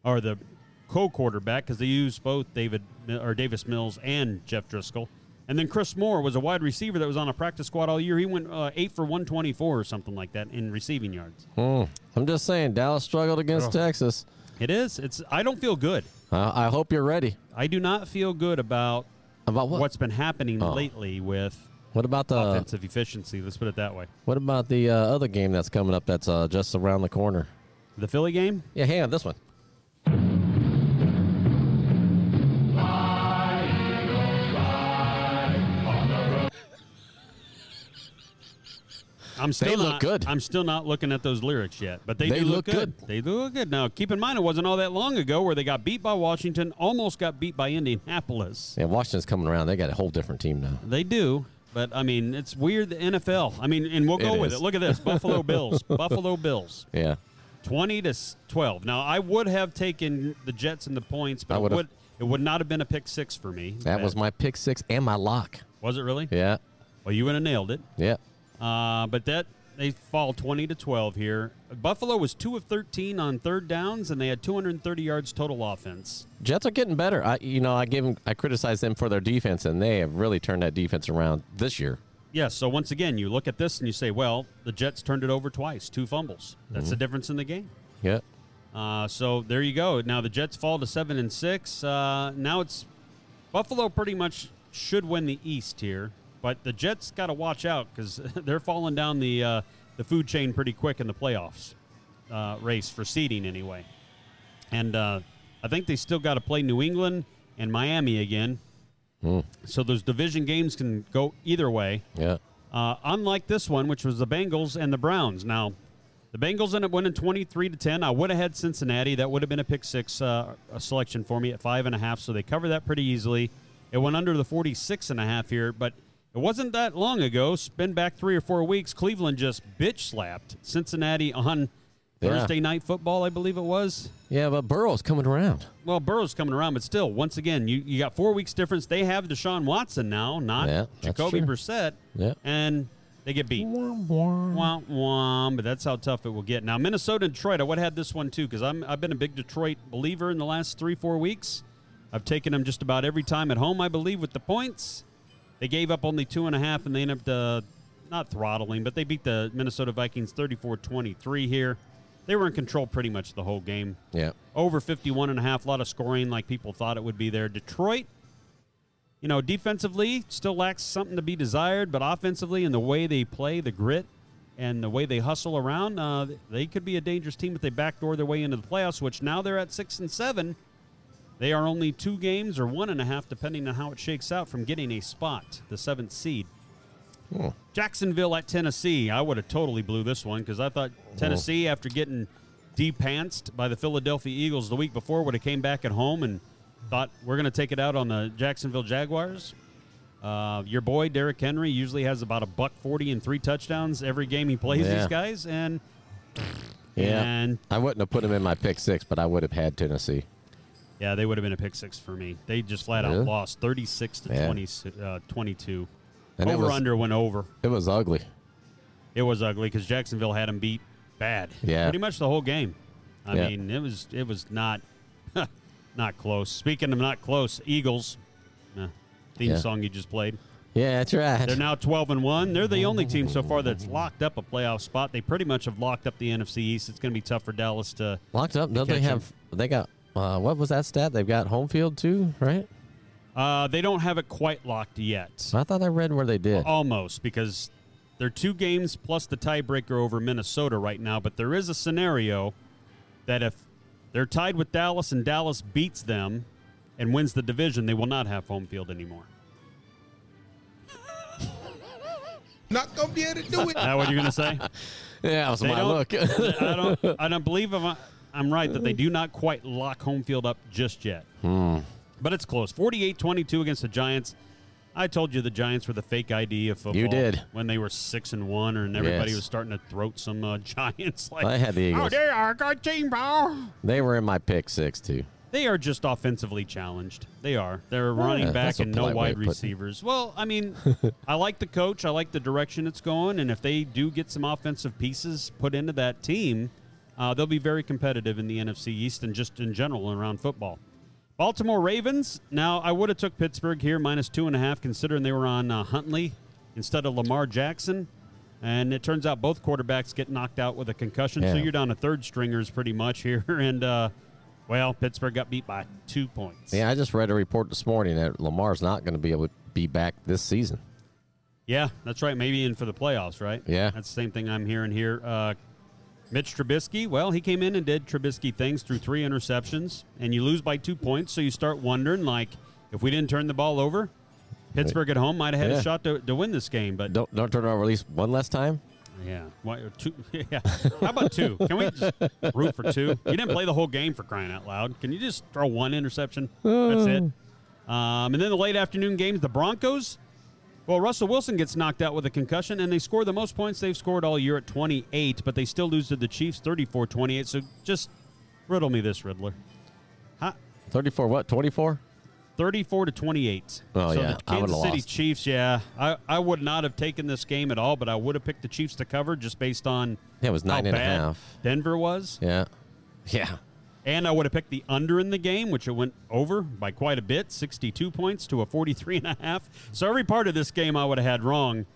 S1: or the co-quarterback, because they used both David or Davis Mills and Jeff Driscoll, and then Chris Moore was a wide receiver that was on a practice squad all year. He went uh, eight for one twenty-four or something like that in receiving yards.
S2: Mm. I'm just saying, Dallas struggled against Texas.
S1: It is. It's. I don't feel good.
S2: I I hope you're ready.
S1: I do not feel good about
S2: About what?
S1: what's been happening
S2: Oh.
S1: lately with
S2: what about the
S1: offensive efficiency. Let's put it that way.
S2: what about the uh, other game that's coming up? That's uh, just around the corner.
S1: The Philly game,
S2: Yeah, hang on this one.
S1: I'm still
S2: They look
S1: not,
S2: good.
S1: I'm still not looking at those lyrics yet, but they,
S2: They
S1: do look,
S2: look
S1: good. They do look good. Now, keep in mind, it wasn't all that long ago where they got beat by Washington, almost got beat by Indianapolis.
S2: Yeah, Washington's coming around. They got a whole different team now.
S1: They do, but I mean, it's weird. The NFL. I mean, and we'll go
S2: It
S1: with
S2: is.
S1: it. Look at this: Buffalo Bills, Buffalo Bills,
S2: Yeah.
S1: twenty to s- twelve. Now, I would have taken the Jets and the points,
S2: I
S1: but it
S2: would've-
S1: would it would not have been a pick six for me.
S2: That was my pick six and my lock.
S1: Was it really?
S2: Yeah.
S1: Well, you would have nailed it.
S2: Yeah.
S1: Uh, but that they fall 20 to 12 here. Buffalo was 2 of 13 on third downs and they had 230 yards total offense.
S2: Jets are getting better. I you know, I gave them I criticized them for their defense and they have really turned that defense around this year.
S1: Yes, so once again, you look at this and you say, well, the Jets turned it over twice, two fumbles. That's
S2: Mm-hmm.
S1: the difference in the game.
S2: Yeah.
S1: Uh, so there you go. Now the Jets fall to 7 and 6. Uh, now it's Buffalo pretty much should win the East here, but the Jets got to watch out because they're falling down the, uh, the food chain pretty quick in the playoffs uh, race for seeding anyway. And uh, I think they still got to play New England and Miami again. So those division games can go either way.
S2: Yeah.
S1: Uh, unlike this one, which was the Bengals and the Browns. Now, the Bengals ended up winning 23 to 10. I would have had Cincinnati. That would have been a pick six uh, a selection for me at five and a half. So they cover that pretty easily. It went under the 46 and a half here, but it wasn't that long ago. Spin back three or four weeks. Cleveland just bitch slapped Cincinnati on
S2: Yeah.
S1: Thursday night football, I believe it was.
S2: Yeah, but Burrow's coming around.
S1: Well, Burrow's coming around, but still, once again, you, you got four weeks difference. They have Deshaun Watson now, not
S2: Yeah, that's
S1: Jacoby
S2: true.
S1: Brissett,
S2: Yeah.
S1: and they get beat. Womp womp, but that's how tough it will get. Now, Minnesota and Detroit, I would have had this one too because I've been a big Detroit believer in the last three, four weeks. I've taken them just about every time at home, I believe, with the points. They gave up only two and a half, and they ended up uh, not throttling, but they beat the Minnesota Vikings 34 23 here. They were in control pretty much the whole game
S2: Yeah.
S1: over 51 and a half a lot of scoring like people thought it would be there detroit you know defensively still lacks something to be desired but offensively in the way they play the grit and the way they hustle around uh, they could be a dangerous team if they backdoor their way into the playoffs which now they're at six and seven they are only two games or one and a half depending on how it shakes out from getting a spot the seventh seed Jacksonville at Tennessee. I would have totally blew this one because I thought
S2: Oh.
S1: Tennessee, after getting depantsed by the Philadelphia Eagles the week before, would have came back at home and thought we're going to take it out on the Jacksonville Jaguars. Uh, your boy Derrick Henry usually has about a buck forty and three touchdowns every game he plays
S2: Yeah.
S1: these guys, and
S2: Yeah.
S1: and
S2: I wouldn't have put him in my pick six, but I would have had Tennessee.
S1: yeah, they would have been a pick six for me. They just flat out
S2: Really?
S1: lost thirty six to
S2: Yeah.
S1: 20, uh, 22.
S2: And it
S1: over
S2: was-
S1: under went over.
S2: It was ugly.
S1: It was ugly because Jacksonville had him beat bad.
S2: Yeah.
S1: pretty much the whole game. I
S2: Yeah.
S1: mean, it was it was not. Not close. Speaking of not close, Eagles. Uh, theme
S2: Yeah.
S1: song you just played.
S2: Yeah, that's right.
S1: They're now 12 and 1. They're the only team so far that's locked up a playoff spot. They pretty much have locked up the NFC East. It's going to be tough for Dallas to
S2: Locked up. Don't they
S1: catch 'em.
S2: have? They got. Uh, what was that stat? They've got home field too, right?
S1: uh, they don't have it quite locked yet.
S2: I thought I read where they
S1: Oh,
S2: did.
S1: Almost because they're two games plus the tiebreaker over Minnesota right now, but there is a scenario that if they're tied with Dallas and Dallas beats them and wins the division, they will not have home field anymore.
S5: Not gonna be able to do it.
S1: Is that what you're going to say?
S2: Yeah, that was
S1: They
S2: my
S1: don't-
S2: look.
S1: I don't. I don't believe I'm, I'm right that they do not quite lock home field up just yet.
S2: Hmm.
S1: But it's close. 48-22 against the Giants. I told you the Giants were the fake ID of football.
S2: did.
S1: when they were six and one, and everybody
S2: Yes.
S1: was starting to throat some uh, Giants. Like
S2: I had the
S1: Oh,
S2: Eagles.
S1: they are a good team, bro.
S2: they were in my pick six too.
S1: They are just offensively challenged. They are. They're running
S2: Yeah,
S1: back
S2: that's a
S1: and no
S2: polite way
S1: wide
S2: of putting it.
S1: receivers. Well, I mean, I like the coach. I like the direction it's going. And if they do get some offensive pieces put into that team, uh, they'll be very competitive in the NFC East and just in general around football. Baltimore Ravens. Now, I would have took Pittsburgh here minus two and a half, considering they were on uh, Huntley instead of Lamar Jackson. And it turns out both quarterbacks get knocked out with a concussion, so
S2: Yeah.
S1: you're down to third stringers pretty much here. And uh, well, Pittsburgh got beat by two points.
S2: Yeah, I just read a report this morning that Lamar's not going to be able to be back this season.
S1: Yeah, that's right. Maybe in for the playoffs, right?
S2: Yeah.
S1: That's the same thing I'm hearing here. Uh, Mitch Trubisky, well, he came in and did Trubisky things through three interceptions, and you lose by two points, so you start wondering, like, if we didn't turn the ball over, Pittsburgh at home might have had
S2: Yeah.
S1: a shot to, to win this game, but
S2: Don't don't turn it over at least one last time.
S1: yeah, Why, uh, two, yeah. How about two? Can we just root for two? You didn't play the whole game for crying out loud. Can you just throw one interception? That's it. Um, and then the late afternoon games, the Broncos. Well, Russell Wilson gets knocked out with a concussion, and they score the most points they've scored all year at 28, but they still lose to the Chiefs 34 28. So just riddle me this, Riddler. Huh?
S2: Thirty-four. What? Twenty-four.
S1: 34 to 28.
S2: Oh,
S1: so
S2: yeah.
S1: the
S2: I would've
S1: Kansas City
S2: lost.
S1: Chiefs, yeah. I, I would not have taken this game at all, but I would have picked the Chiefs to cover just based on
S2: Yeah, it was
S1: how
S2: nine and a
S1: Oh, bad
S2: half.
S1: Denver was.
S2: Yeah. Yeah.
S1: And I would have picked the under in the game, which it went over by quite a bit, 62 points to a 43 and a half. So every part of this game I would have had wrong.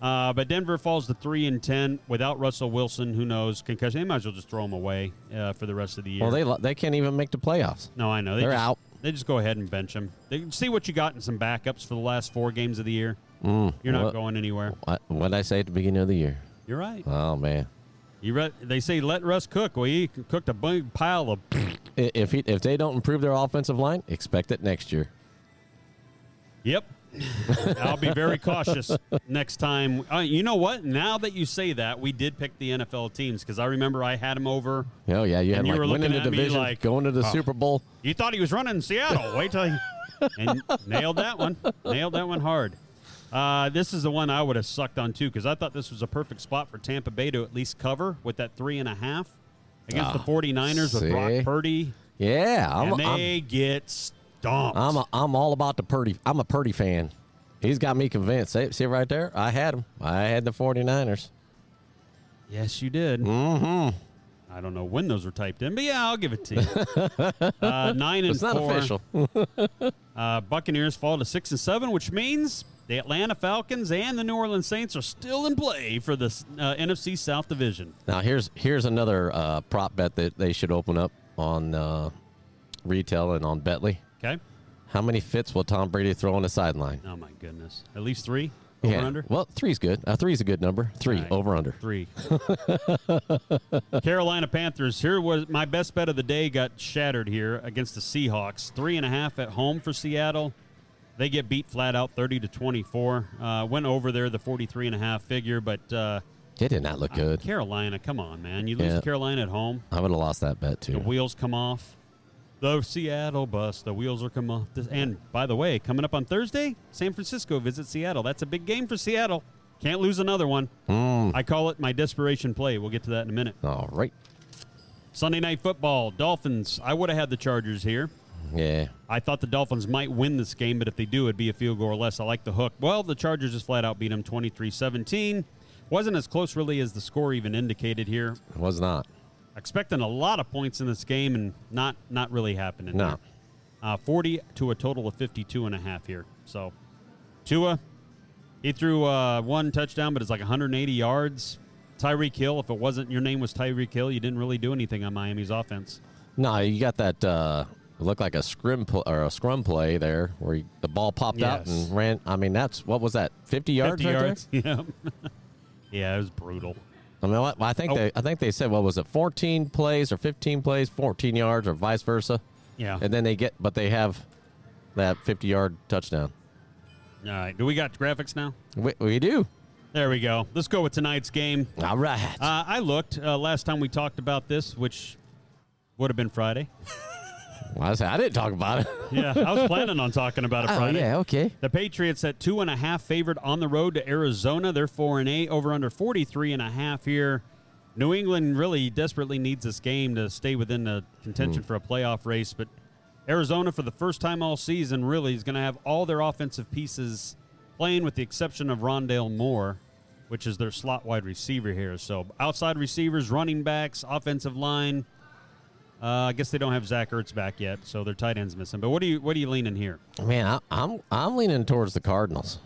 S1: Uh, but Denver falls to 3 and 10 without Russell Wilson. Who knows? Concussion. They might as well just throw him away uh, for the rest of the year.
S2: Well, they lo- they can't even make the playoffs.
S1: No, I know. They
S2: They're
S1: just,
S2: out.
S1: They just go ahead and bench him. They see what you got in some backups for the last four games of the year. You're not
S2: Well-
S1: going anywhere.
S2: Mm. What what did I say at the beginning of the year?
S1: You're right.
S2: Oh man.
S1: You re- they say let Russ cook. Well, he cooked a big pile of.
S2: I- If he, if they don't improve their offensive line, expect it next year.
S1: Yep. I'll be very cautious next time. Uh, you know what? Now that you say that, we did pick the NFL teams because I remember I had him over.
S2: Oh yeah, you had
S1: And you
S2: like
S1: were looking
S2: winning the
S1: at me
S2: division,
S1: like,
S2: going to the
S1: oh.
S2: Super Bowl.
S1: You thought he was running in Seattle. Wait till he and nailed that one. Nailed that one hard. Uh, this is the one I would have sucked on too because I thought this was a perfect spot for Tampa Bay to at least cover with that three and a half against the 49ers with
S2: Ah, see?
S1: Brock Purdy,
S2: Yeah, I'm
S1: and
S2: I'm
S1: they get stomped.
S2: I'm, a, I'm all about the Purdy. I'm a Purdy fan. He's got me convinced. See, see right there, I had him. I had the 49ers.
S1: yes, you did. Mm-hmm. I don't know when those were typed in, but yeah, I'll give it to you. uh, nine and
S2: It's not
S1: four.
S2: official.
S1: Uh, Buccaneers fall to six and seven, which means the Atlanta Falcons and the New Orleans Saints are still in play for the uh, NFC South Division.
S2: Now here's here's another uh, prop bet that they should open up on uh, retail and on Betley.
S1: Okay.
S2: How many fits will Tom Brady throw on the sideline?
S1: Oh my goodness. At least three over under.
S2: Well, three's good. Uh, three's a good number. Three
S1: All right.
S2: over under.
S1: Three. Carolina Panthers. Here was my best bet of the day got shattered here against the Seahawks. Three and a half at home for Seattle. They get beat flat out 30 to 24. Uh, went over there the 43 and a half figure, but uh,
S2: It did not look good.
S1: Carolina, come on, man. You lose
S2: Yeah.
S1: to Carolina at home.
S2: I would have lost that bet too.
S1: The wheels come off. The Seattle bus, the wheels are come off. This- And by the way, coming up on Thursday, San Francisco visits Seattle. That's a big game for Seattle. Can't lose another one. I call it my desperation play. We'll get to that in a minute.
S2: Mm. All right.
S1: Sunday night football, Dolphins. I would have had the Chargers here.
S2: Yeah.
S1: I thought the Dolphins might win this game, but if they do, it'd be a field goal or less. I like the hook. Well, the Chargers just flat out beat them 23 17. Wasn't as close, really, as the score even indicated here.
S2: It was not.
S1: Expecting a lot of points in this game and not not really happening.
S2: No.
S1: uh, 40 to a total of 52 and a half here. So Tua, he threw uh, one touchdown, but it's like 180 yards. Tyreek Hill, if it wasn't your name was Tyreek Hill, you didn't really do anything on Miami's offense.
S2: No, you got that. Uh, it looked like a scrim pl- or a scrum play there, where he, the ball popped out
S1: Yes.
S2: and ran. I mean, that's what was that? Fifty yards.
S1: 50
S2: right there?
S1: yards. Yeah. yeah, it was brutal.
S2: I mean, what- I think
S1: Oh.
S2: they. I think they said what was it? Fourteen plays or fifteen plays, fourteen yards or vice versa.
S1: Yeah.
S2: And then they get, but they have that fifty-yard touchdown.
S1: All right. Do we got graphics now?
S2: We, we do.
S1: There we go. Let's go with tonight's game.
S2: All right.
S1: Uh, I looked uh, last time we talked about this, which would have been Friday.
S2: Well, I, said, I didn't talk about it.
S1: Yeah, I was planning on talking about
S2: Oh,
S1: it Friday.
S2: Okay.
S1: The Patriots at two and a half favored on the road to Arizona. They're four and eight over under 43 and a half here. New England really desperately needs this game to stay within the contention for a playoff race, but Arizona for the first time all season really is going to have all their offensive pieces playing with the exception of Rondale Moore, which is their slot wide receiver here. So outside receivers, running backs, offensive line. Uh, I guess they don't have Zach Ertz back yet, so their tight end's missing. But what do you what are you leaning here?
S2: Man, I, I'm I'm leaning towards the Cardinals.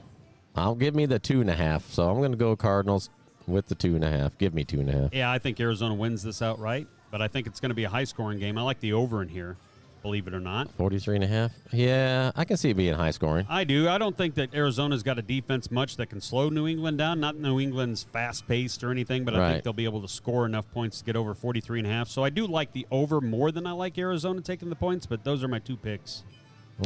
S2: I'll give me the two and a half. So I'm going to go Cardinals with the two and a half. Give me two and a half.
S1: Yeah, I think Arizona wins this outright, but I think it's going to be a high scoring game. I like the over in here, believe it or not.
S2: 43 and a half. Yeah, I can see it being high scoring.
S1: I do. I don't think that Arizona's got a defense much that can slow New England down. Not New England's fast paced or anything, but I
S2: Right.
S1: think they'll be able to score enough points to get over 43 and a half. So I do like the over more than I like Arizona taking the points, but those are my two picks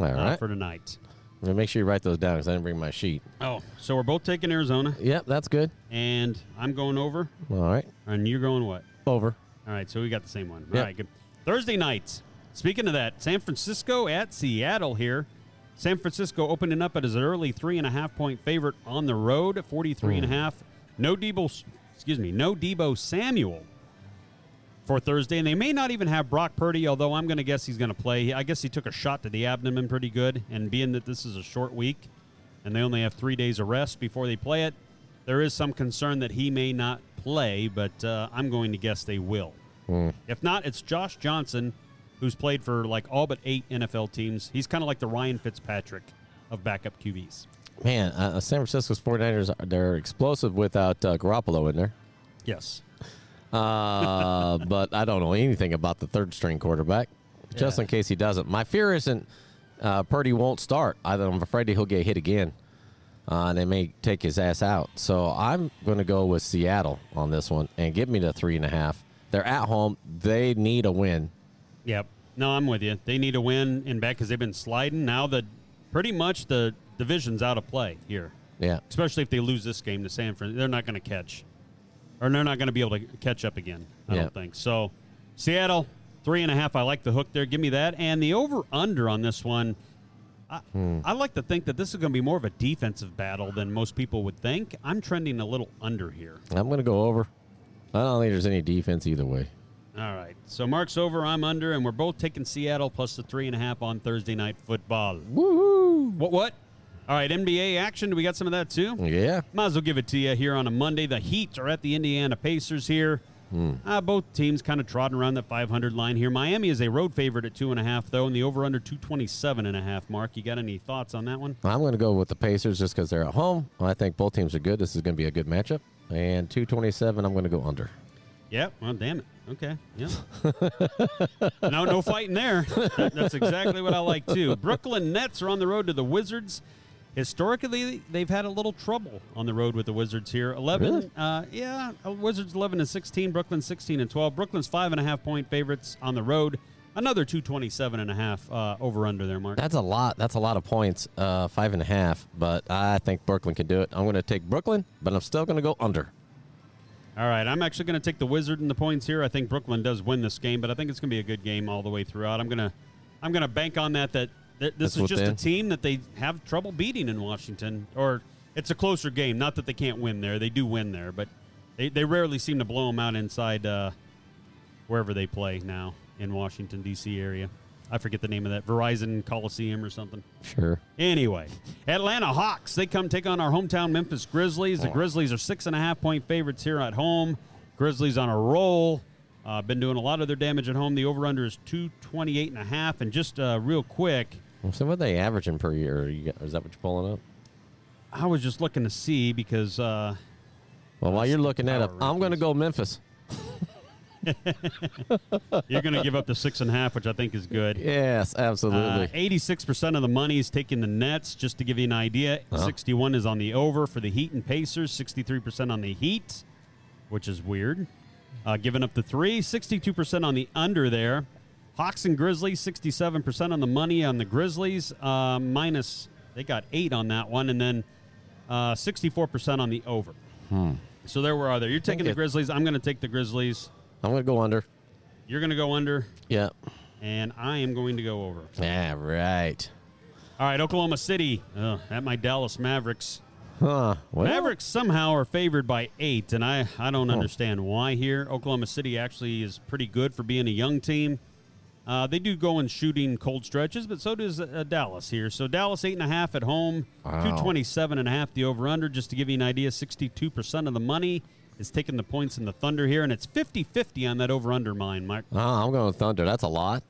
S2: All
S1: uh,
S2: right.
S1: for tonight.
S2: Make sure you write those down because I didn't bring my sheet.
S1: Oh, so we're both taking Arizona,
S2: Yep, that's good.
S1: and I'm going over,
S2: All right.
S1: and you're going what?
S2: Over.
S1: All right, so we got the same one.
S2: Yeah.
S1: All right, good. Thursday nights. Speaking of that, San Francisco at Seattle here. San Francisco opening up at his early three and a half point favorite on the road at 43 and a half. No Debo, excuse me, no Debo Samuel for Thursday, and they may not even have Brock Purdy. Although I'm going to guess he's going to play. I guess he took a shot to the abdomen pretty good, and being that this is a short week, and they only have three days of rest before they play it, there is some concern that he may not play. But uh, I'm going to guess they will. If not, it's Josh Johnson, who's played for like all but eight NFL teams. He's kind of like the Ryan Fitzpatrick of backup QBs.
S2: Man, uh, San Francisco's 49ers, are- they're explosive without uh, Garoppolo in there.
S1: Yes.
S2: Uh, but I don't know anything about the third string quarterback, just
S1: Yeah.
S2: in case he doesn't. My fear isn't uh, Purdy won't start. I, I'm afraid he'll get hit again, uh, and they may take his ass out. So I'm going to go with Seattle on this one and give me the three and a half. They're at home. They need a win.
S1: Yep. No, I'm with you. They need a win and back because they've been sliding. Now the pretty much the division's out of play here.
S2: Yeah.
S1: Especially if they lose this game to San Fran, they're not going to catch, or they're not going to be able to catch up again. I
S2: Yeah.
S1: don't think so. Seattle three and a half. I like the hook there. Give me that and the over under on this one. I, I like to think that this is going to be more of a defensive battle than most people would think. I'm trending a little under here.
S2: I'm going to go over. I don't think there's any defense either way.
S1: All right. So Mark's over, I'm under, and we're both taking Seattle plus the three and a half on Thursday night football. Woo! What? What? All right. NBA action. Do we got some of that too?
S2: Yeah.
S1: Might as well give it to you here on a Monday. The Heat are at the Indiana Pacers here. Uh, both teams kind of trotting around the 500 line here. Miami is a road favorite at two and a half, though, and the over under 227 and a half. Mark, you got any thoughts on that one?
S2: I'm going to go with the Pacers just because they're at home. I think both teams are good. This is going to be a good matchup. And 227, I'm going to go under.
S1: Yeah. Well, damn it. Okay. Yeah. no, no fighting there. That- That's exactly what I like too. Brooklyn Nets are on the road to the Wizards. Historically, they've had a little trouble on the road with the Wizards here. Eleven,
S2: Really?
S1: uh, yeah, uh, Wizards eleven and sixteen. Brooklyn sixteen and twelve. Brooklyn's five and a half point favorites on the road. Another two twenty seven and a half uh, over under there, Mark.
S2: That's a lot. That's a lot of points. Uh, five and a half, but I think Brooklyn can do it. I'm going to take Brooklyn, but I'm still going to go under.
S1: All right, I'm actually going to take the Wizard and the points here. I think Brooklyn does win this game, but I think it's going to be a good game all the way throughout. I'm going to I'm going to bank on that that th- this
S2: That's
S1: is
S2: what
S1: just
S2: they-
S1: a team that they have trouble beating in Washington or it's a closer game, not that they can't win there. They do win there, but they, they rarely seem to blow them out inside uh, wherever they play now in Washington D.C. area. I forget the name of that Verizon Coliseum or something.
S2: Sure.
S1: Anyway, Atlanta Hawks, they come take on our hometown Memphis Grizzlies. The Grizzlies are six and a half point favorites here at home. Grizzlies on a roll. Uh, Uh, been doing a lot of their damage at home. The over under is 228 and a half. And just uh, real quick,
S2: So what are they averaging per year? Are you, got- is that what you're pulling up?
S1: I was just looking to see because uh,
S2: Well, while you're looking that up,
S1: Power
S2: I'm going to
S1: rankings.
S2: go Memphis.
S1: you're going to give up the six and a half, which I think is good.
S2: Yes, absolutely.
S1: Uh, Eighty-six percent of the money is taking the Nets. Just to give you an idea,
S2: Wow.
S1: sixty-one is on the over for the Heat and Pacers. Sixty-three percent on the Heat, which is weird. Uh, giving up the three, 62 percent on the under there. Hawks and Grizzlies, sixty-seven percent on the money on the Grizzlies. Uh, minus they got eight on that one, and then uh, sixty-four percent on the over. So there we are. There, you're taking the
S2: it-
S1: Grizzlies. I'm going to take the Grizzlies.
S2: I'm going to go under.
S1: You're going to go under,
S2: Yeah.
S1: and I am going to go over.
S2: Yeah, right.
S1: All right, Oklahoma City uh, at my Dallas Mavericks.
S2: Huh. Well,
S1: Mavericks somehow are favored by eight, and I, I don't understand why here. Oklahoma City actually is pretty good for being a young team. Uh, they do go in shooting cold stretches, but so does uh, Dallas here. So Dallas eight and a half at home,
S2: Wow.
S1: two twenty seven and a half the over under. Just to give you an idea, sixty two percent of the money is taking the points in the Thunder here, and it's 50-50 on that over under mine, Mike.
S2: Uh, I'm going to Thunder. That's a lot.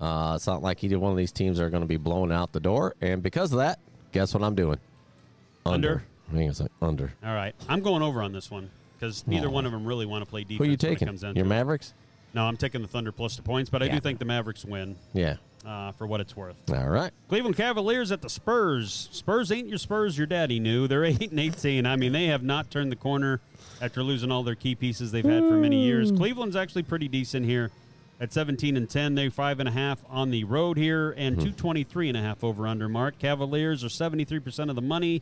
S2: Uh, it's not like either one of these teams are going to be blown out the door. And because of that, guess what I'm doing?
S1: Under.
S2: I think it's like under.
S1: All right, I'm going over on this one because neither
S2: Aw.
S1: one of them really want to play defense.
S2: Who are you
S1: when it
S2: taking?
S1: comes down
S2: Your
S1: to it.
S2: Mavericks?
S1: No, I'm taking the Thunder plus the points, but I
S2: Yeah.
S1: do think the Mavericks win
S2: Yeah.
S1: uh, for what it's worth.
S2: All right.
S1: Cleveland Cavaliers at the Spurs. Spurs ain't your Spurs. Your daddy knew. They're eight and eighteen. I mean, they have not turned the corner after losing all their key pieces they've had for many years.
S2: Hmm.
S1: Cleveland's actually pretty decent here. At 17 and 10, they five and a half on the road here
S2: Hmm.
S1: and 223 and a half over under mark. Cavaliers are 73% of the money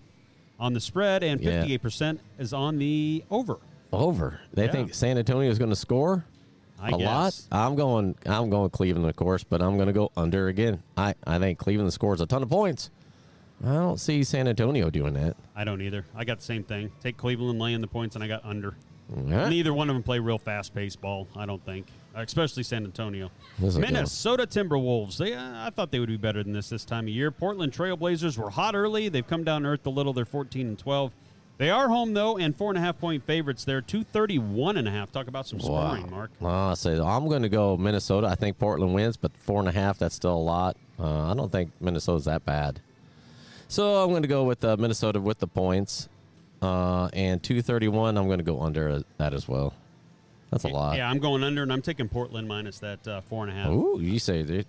S1: on the spread and
S2: Yeah.
S1: 58% is on the over.
S2: Over. They
S1: Yeah.
S2: think San Antonio is going to score
S1: I
S2: a lot.
S1: guess.
S2: I'm going. I'm going Cleveland, of course, but I'm going to go under again. I I think Cleveland scores a ton of points. I don't see San Antonio doing that.
S1: I don't either. I got the same thing. Take Cleveland laying the points, and I got under.
S2: All right.
S1: Neither one of them play real fast paced ball, I don't think, Uh, especially San Antonio.
S2: This is a good one.
S1: Minnesota Timberwolves. They, uh, I thought they would be better than this this time of year. Portland Trailblazers were hot early. They've come down to earth a little. They're 14 and 12. They are home, though, and four and a half point favorites there. 231 and a half. Talk about some scoring, Mark.
S2: Wow, I say I'm going to go Minnesota. I think Portland wins, but four and a half, that's still a lot. Uh, I don't think Minnesota's that bad. So I'm going to go with uh, Minnesota with the points. Uh, and 231, I'm going to go under uh, that as well. That's a lot.
S1: Yeah, I'm going under, and I'm taking Portland minus that uh, four and a half.
S2: Ooh, you say they
S1: I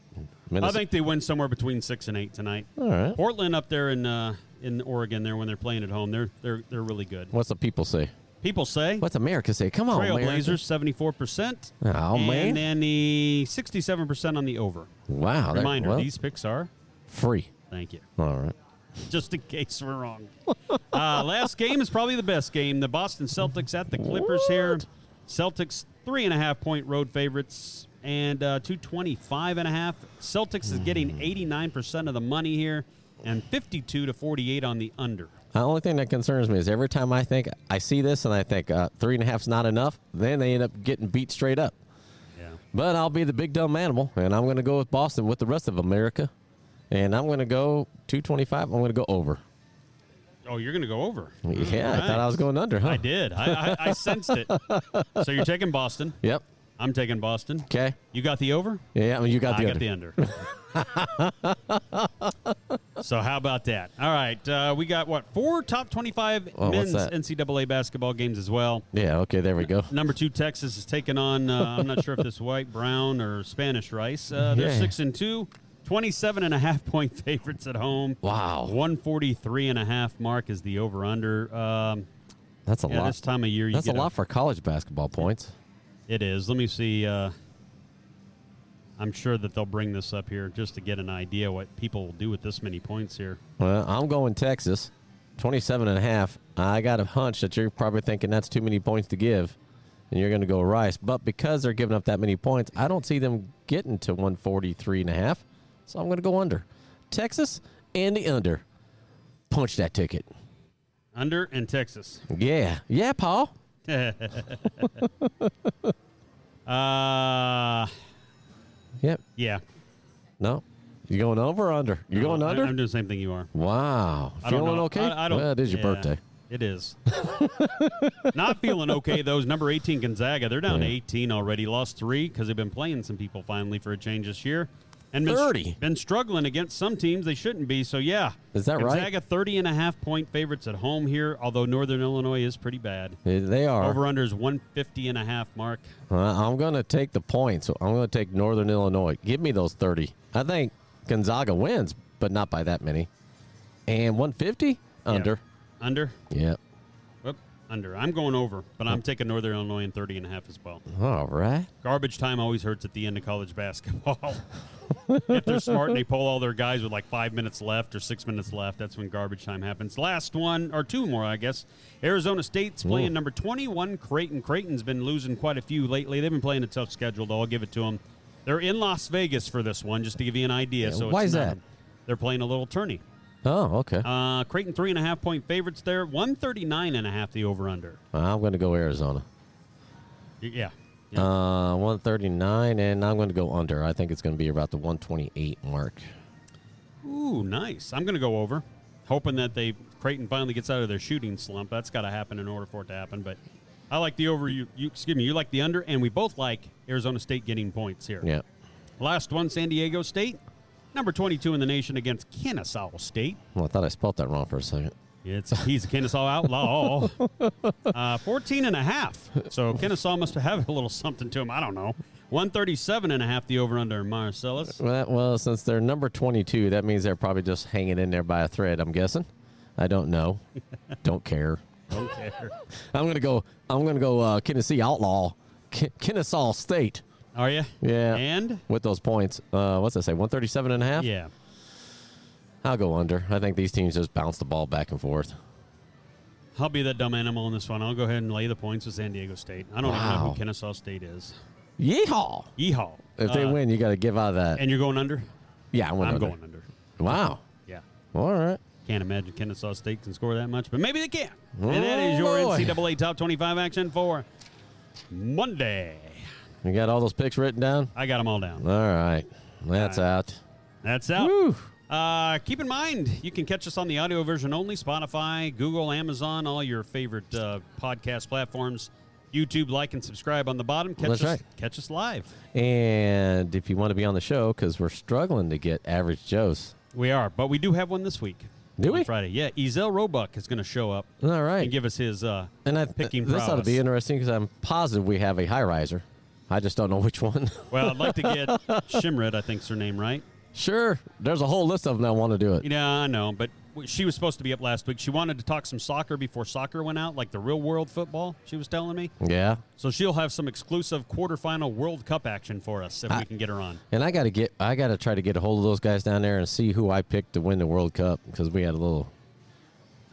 S2: Minnesota.
S1: think they win somewhere between six and eight tonight.
S2: All right.
S1: Portland up there in uh, in Oregon, there when they're playing at home, they're they're they're really good.
S2: What's the people say?
S1: People say
S2: What's America say? Come on, America.
S1: Trailblazers seventy four percent.
S2: Oh, man.
S1: And then the sixty seven percent on the over.
S2: Wow. that-
S1: Reminder:
S2: Oh, well,
S1: these picks are.
S2: free.
S1: Thank you.
S2: All right.
S1: Just in case we're wrong. uh, last game is probably the best game. The Boston Celtics at the Clippers here. Celtics three and a half point road favorites and uh, 225 and a half. Celtics is
S2: Hmm.
S1: getting 89% of the money here and 52 to 48 on the under.
S2: The only thing that concerns me is every time I think I see this and I think uh, three and a half's not enough, then they end up getting beat straight up.
S1: Yeah.
S2: But I'll be the big dumb animal, and I'm going to go with Boston with the rest of America, and I'm going to go 225. I'm going to go over.
S1: Oh, you're going to go over.
S2: Yeah, I
S1: All
S2: thought
S1: right.
S2: I was going under, huh?
S1: I did. I, I, I sensed it. So you're taking Boston.
S2: Yep.
S1: I'm taking Boston.
S2: Okay.
S1: You got the over?
S2: Yeah, I mean, you got
S1: I
S2: the
S1: got
S2: under.
S1: the under. so how about that? All right, uh, we got what four top twenty-five
S2: Oh,
S1: men's
S2: what's that?
S1: NCAA basketball games as well.
S2: Yeah. Okay. There we go.
S1: Number two, Texas is taking on. Uh, I'm not sure if this white, brown, or Spanish rice. Uh, they're
S2: Yeah.
S1: six and two. 27 and a half point favorites at home.
S2: Wow.
S1: 143 and a half mark is the over under. Um,
S2: That's a
S1: yeah,
S2: lot.
S1: this time of year you
S2: That's a
S1: get
S2: lot for college basketball points.
S1: it is. Let me see. Uh, I'm sure that they'll bring this up here just to get an idea what people will do with this many points here.
S2: Well, I'm going Texas, 27 and a half. I got a hunch that you're probably thinking that's too many points to give, and you're going to go Rice. But because they're giving up that many points, I don't see them getting to 143 and a half. So I'm going to go under. Texas and the under. Punch that ticket.
S1: Under and Texas.
S2: Yeah. Yeah, Paul.
S1: Uh,
S2: Yep.
S1: yeah.
S2: No. You're going over or under? You're going
S1: I-
S2: under?
S1: I'm doing the same thing you are.
S2: wow.
S1: I don't
S2: Feeling
S1: know.
S2: okay?
S1: I- I don't-
S2: well, it is your
S1: yeah.
S2: birthday.
S1: It is. Not feeling okay, though, is number 18 Gonzaga. They're down to 18 already. Lost three because they've been playing some people finally for a change this year. And been,
S2: 30.
S1: been struggling against some teams they shouldn't be. So, yeah.
S2: Is that right?
S1: Gonzaga 30 and a half point favorites at home here, although Northern Illinois is pretty bad.
S2: They- They are.
S1: Over under is 150 and a half mark.
S2: Uh, I'm going to take the points. I'm going to take Northern Illinois. Give me those 30. I think Gonzaga wins, but not by that many. And 150 under.
S1: Yeah. Under?
S2: Yep.
S1: Whoop, under. I'm going over, but I'm taking Northern Illinois in 30 and a half as well.
S2: All right.
S1: Garbage time always hurts at the end of college basketball. if they're smart and they pull all their guys with like five minutes left or six minutes left, that's when garbage time happens. Last one, or two more, I guess. Arizona State's playing number 21, Creighton. Creighton's been losing quite a few lately. They've been playing a tough schedule, though. I'll give it to them. They're in Las Vegas for this one, just to give you an idea.
S2: Yeah,
S1: so
S2: why
S1: it's
S2: is
S1: not-
S2: that?
S1: They're playing a little tourney.
S2: Oh, okay.
S1: Uh, Creighton, three and a half point favorites there. 139 and a half, the over under.
S2: I'm going to go Arizona.
S1: Yeah. yeah.
S2: Uh, 139, and I'm going to go under. I think it's going to be about the 128 mark.
S1: Ooh, nice. I'm going to go over, hoping that they Creighton finally gets out of their shooting slump. That's got to happen in order for it to happen. But I like the over. You, you excuse me. You like the under, and we both like Arizona State getting points here.
S2: Yeah.
S1: Last one, San Diego State, number 22 in the nation against Kennesaw State.
S2: Well, I thought I spelt that wrong for a second.
S1: It's he's a Kennesaw outlaw. Uh, 14 and a half. So Kennesaw must have a little something to him. I don't know. 137 and a half the over under in Marcellus.
S2: Well, that- well, since they're number 22, that means they're probably just hanging in there by a thread, I'm guessing. I don't know. don't care.
S1: Don't care.
S2: I'm gonna go. I'm gonna go uh, Tennessee Outlaw, K- Kennesaw State.
S1: Are you?
S2: Yeah.
S1: And
S2: with those points, uh, what's that say? 137 and a half.
S1: yeah.
S2: I'll go under. I think these teams just bounce the ball back and forth.
S1: I'll be that dumb animal in this one. I'll go ahead and lay the points with San Diego State. I don't even know
S2: Wow.
S1: who Kennesaw State is.
S2: Yeehaw!
S1: Yeehaw.
S2: If they
S1: Uh,
S2: win, you got to give out that.
S1: And you're going under?
S2: yeah, I'm,
S1: I'm
S2: under.
S1: going under.
S2: Wow.
S1: Yeah.
S2: All right.
S1: Can't imagine Kennesaw State can score that much, but maybe they can. and that is your
S2: Oh, boy.
S1: NCAA Top 25 action for Monday.
S2: You got all those picks written down.
S1: I got them all down.
S2: All right. That's out.
S1: That's out.
S2: Whew.
S1: Uh, keep in mind, you can catch us on the audio version only Spotify, Google, Amazon, all your favorite uh, podcast platforms. YouTube, like, and subscribe on the bottom. Catch
S2: That's
S1: us,
S2: right.
S1: Catch us live.
S2: And if you want to be on the show, because we're struggling to get average Joes.
S1: We are, but we do have one this week.
S2: Do
S1: On
S2: we?
S1: Friday. Yeah, Ezel Roebuck is going to show up
S2: All right.
S1: and give us his uh,
S2: And I,
S1: picking
S2: this ought to
S1: prowess.
S2: be interesting because I'm positive we have a high riser. I just don't know which one.
S1: well, I'd like to get Shimrit, I think's her name, right?
S2: sure, there's a whole list of them that want to do
S1: You
S2: it.
S1: know, I know, but w- she was supposed to be up last week. She wanted to talk some soccer before soccer went out, like the real world football, she was telling me.
S2: Yeah,
S1: So she'll have some exclusive quarterfinal World Cup action for us if we can get her on.
S2: and I got to get, I got to try to get a hold of those guys down there and see who I picked to win the World Cup because we had a little,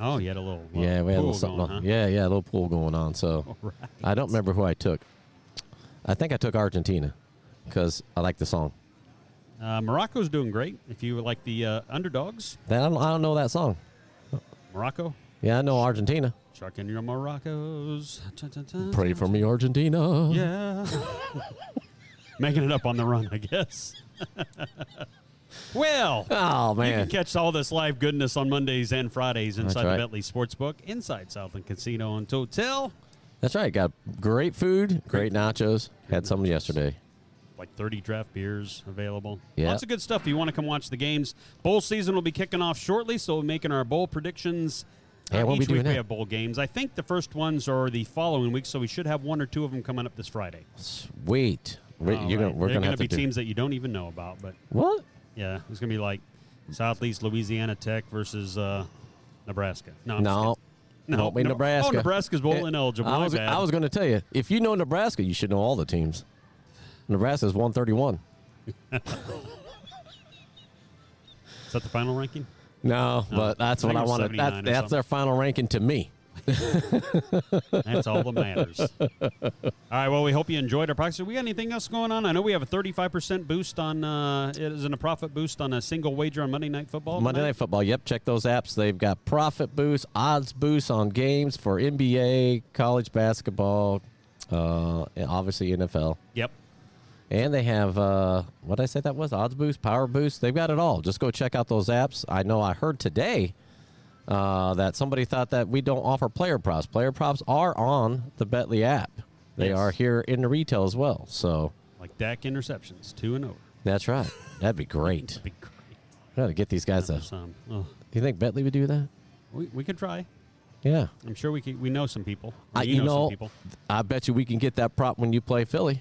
S1: Oh, you had a little. uh,
S2: yeah, we
S1: pool
S2: had a little something,
S1: going,
S2: on-
S1: huh?
S2: yeah, yeah, a little pool going on. So I don't remember who I took. I think I took Argentina because I like the song.
S1: Uh, Morocco's doing great. If you like the uh, underdogs,
S2: That I don't, I don't know that song.
S1: Morocco,
S2: Yeah, I know Argentina.
S1: Shark in your Morocco's. Ta, ta, ta,
S2: Pray for me, Argentina.
S1: Yeah. Making it up on the run, I guess. well,
S2: Oh
S1: you can
S2: man.
S1: catch all this live goodness on Mondays and Fridays inside
S2: right.
S1: the Bentley Sportsbook, inside Southland Casino and Hotel.
S2: That's right. Got great food, great nachos. Had some yesterday.
S1: Like 30 draft beers available.
S2: Yeah.
S1: Lots of good stuff. If you want to come watch the games, bowl season will be kicking off shortly, so we're making our bowl predictions. uh,
S2: Yeah, we'll
S1: each
S2: be doing
S1: week we
S2: that.
S1: have bowl games. I think the first ones are the following week, so we should have one or two of them coming up this Friday.
S2: Sweet. We,
S1: All
S2: you're
S1: right. They're
S2: gonna, we're going to
S1: gonna
S2: have to
S1: be
S2: do
S1: teams that you don't even know about, but
S2: what?
S1: Yeah, it's gonna be like Southeast Louisiana Tech versus uh, Nebraska. No, I'm just
S2: No.
S1: kidding.
S2: Won't be
S1: Neb-
S2: Nebraska.
S1: Oh, Nebraska's bowl
S2: Eh,
S1: ineligible.
S2: I
S1: My
S2: was,
S1: bad.
S2: I was going to tell you, if you know Nebraska, you should know all the teams. Nebraska's 131.
S1: Is that the final ranking?
S2: No, but that's
S1: Oh, I think
S2: what I
S1: it was
S2: wanted.
S1: 79 or
S2: That, that's
S1: something.
S2: their final ranking to me.
S1: That's all that matters. all right. Well, we hope you enjoyed our practice. We got anything else going on? I know we have a 35% boost on. Uh, it isn't a profit boost on a single wager on Monday Night Football.
S2: Monday
S1: tonight.
S2: Night Football. Yep, check those apps. They've got profit boosts, odds boosts on games for NBA, college basketball, uh, and obviously NFL.
S1: Yep.
S2: And they have uh, what I say that was odds boost, power boost. They've got it all. Just go check out those apps. I know I heard today uh, that somebody thought that we don't offer player props. Player props are on the Betley app. They
S1: Yes.
S2: are here in the retail as well. So
S1: Like Dak interceptions, two and oh. over.
S2: that's right. That'd be great.
S1: That'd be great.
S2: Gotta get these guys.
S1: for
S2: To,
S1: some. Ugh.
S2: you think Betley would do that?
S1: we we could try.
S2: Yeah.
S1: I'm sure we can, we know some people. Or
S2: I,
S1: you, know, some people.
S2: I bet you we can get that prop when you play Philly.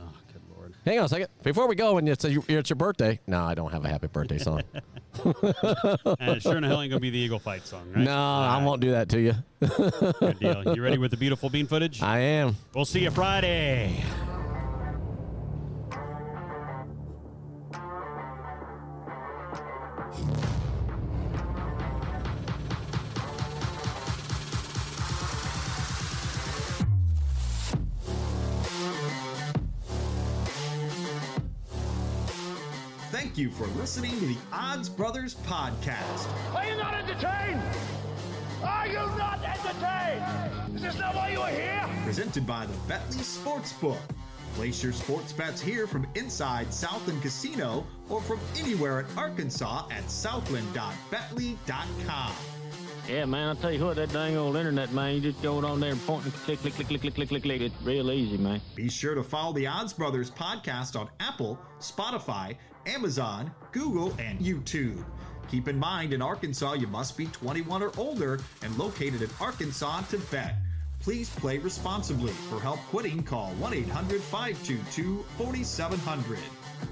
S1: Oh, good lord.
S2: Hang on a second. Before we go, and it's, a, it's your birthday. No, I don't have a happy birthday song.
S1: And it Uh, sure in hell ain't gonna be the Eagle fight song, right?
S2: No, I won't do that to you.
S1: Good deal. You ready with the beautiful bean footage?
S2: I am.
S1: We'll see you Friday.
S3: Thank you for listening to the Odds Brothers Podcast.
S6: Are you not entertained? Are you not entertained? Is this not why you are here?
S3: presented by the Betley Sportsbook. Place your sports bets here from inside Southland Casino or from anywhere in Arkansas at southland.betley.com.
S7: Yeah, man, I tell you what, that dang old internet, man, you just going on there and pointing, click, click, click, click, click, click, click, click. It's real easy, man.
S3: Be sure to follow the Odds Brothers podcast on Apple, Spotify, Amazon, Google, and YouTube. Keep in mind, in Arkansas, you must be 21 or older and located in Arkansas to bet. Please play responsibly. For help quitting, call 1 800 522 4700.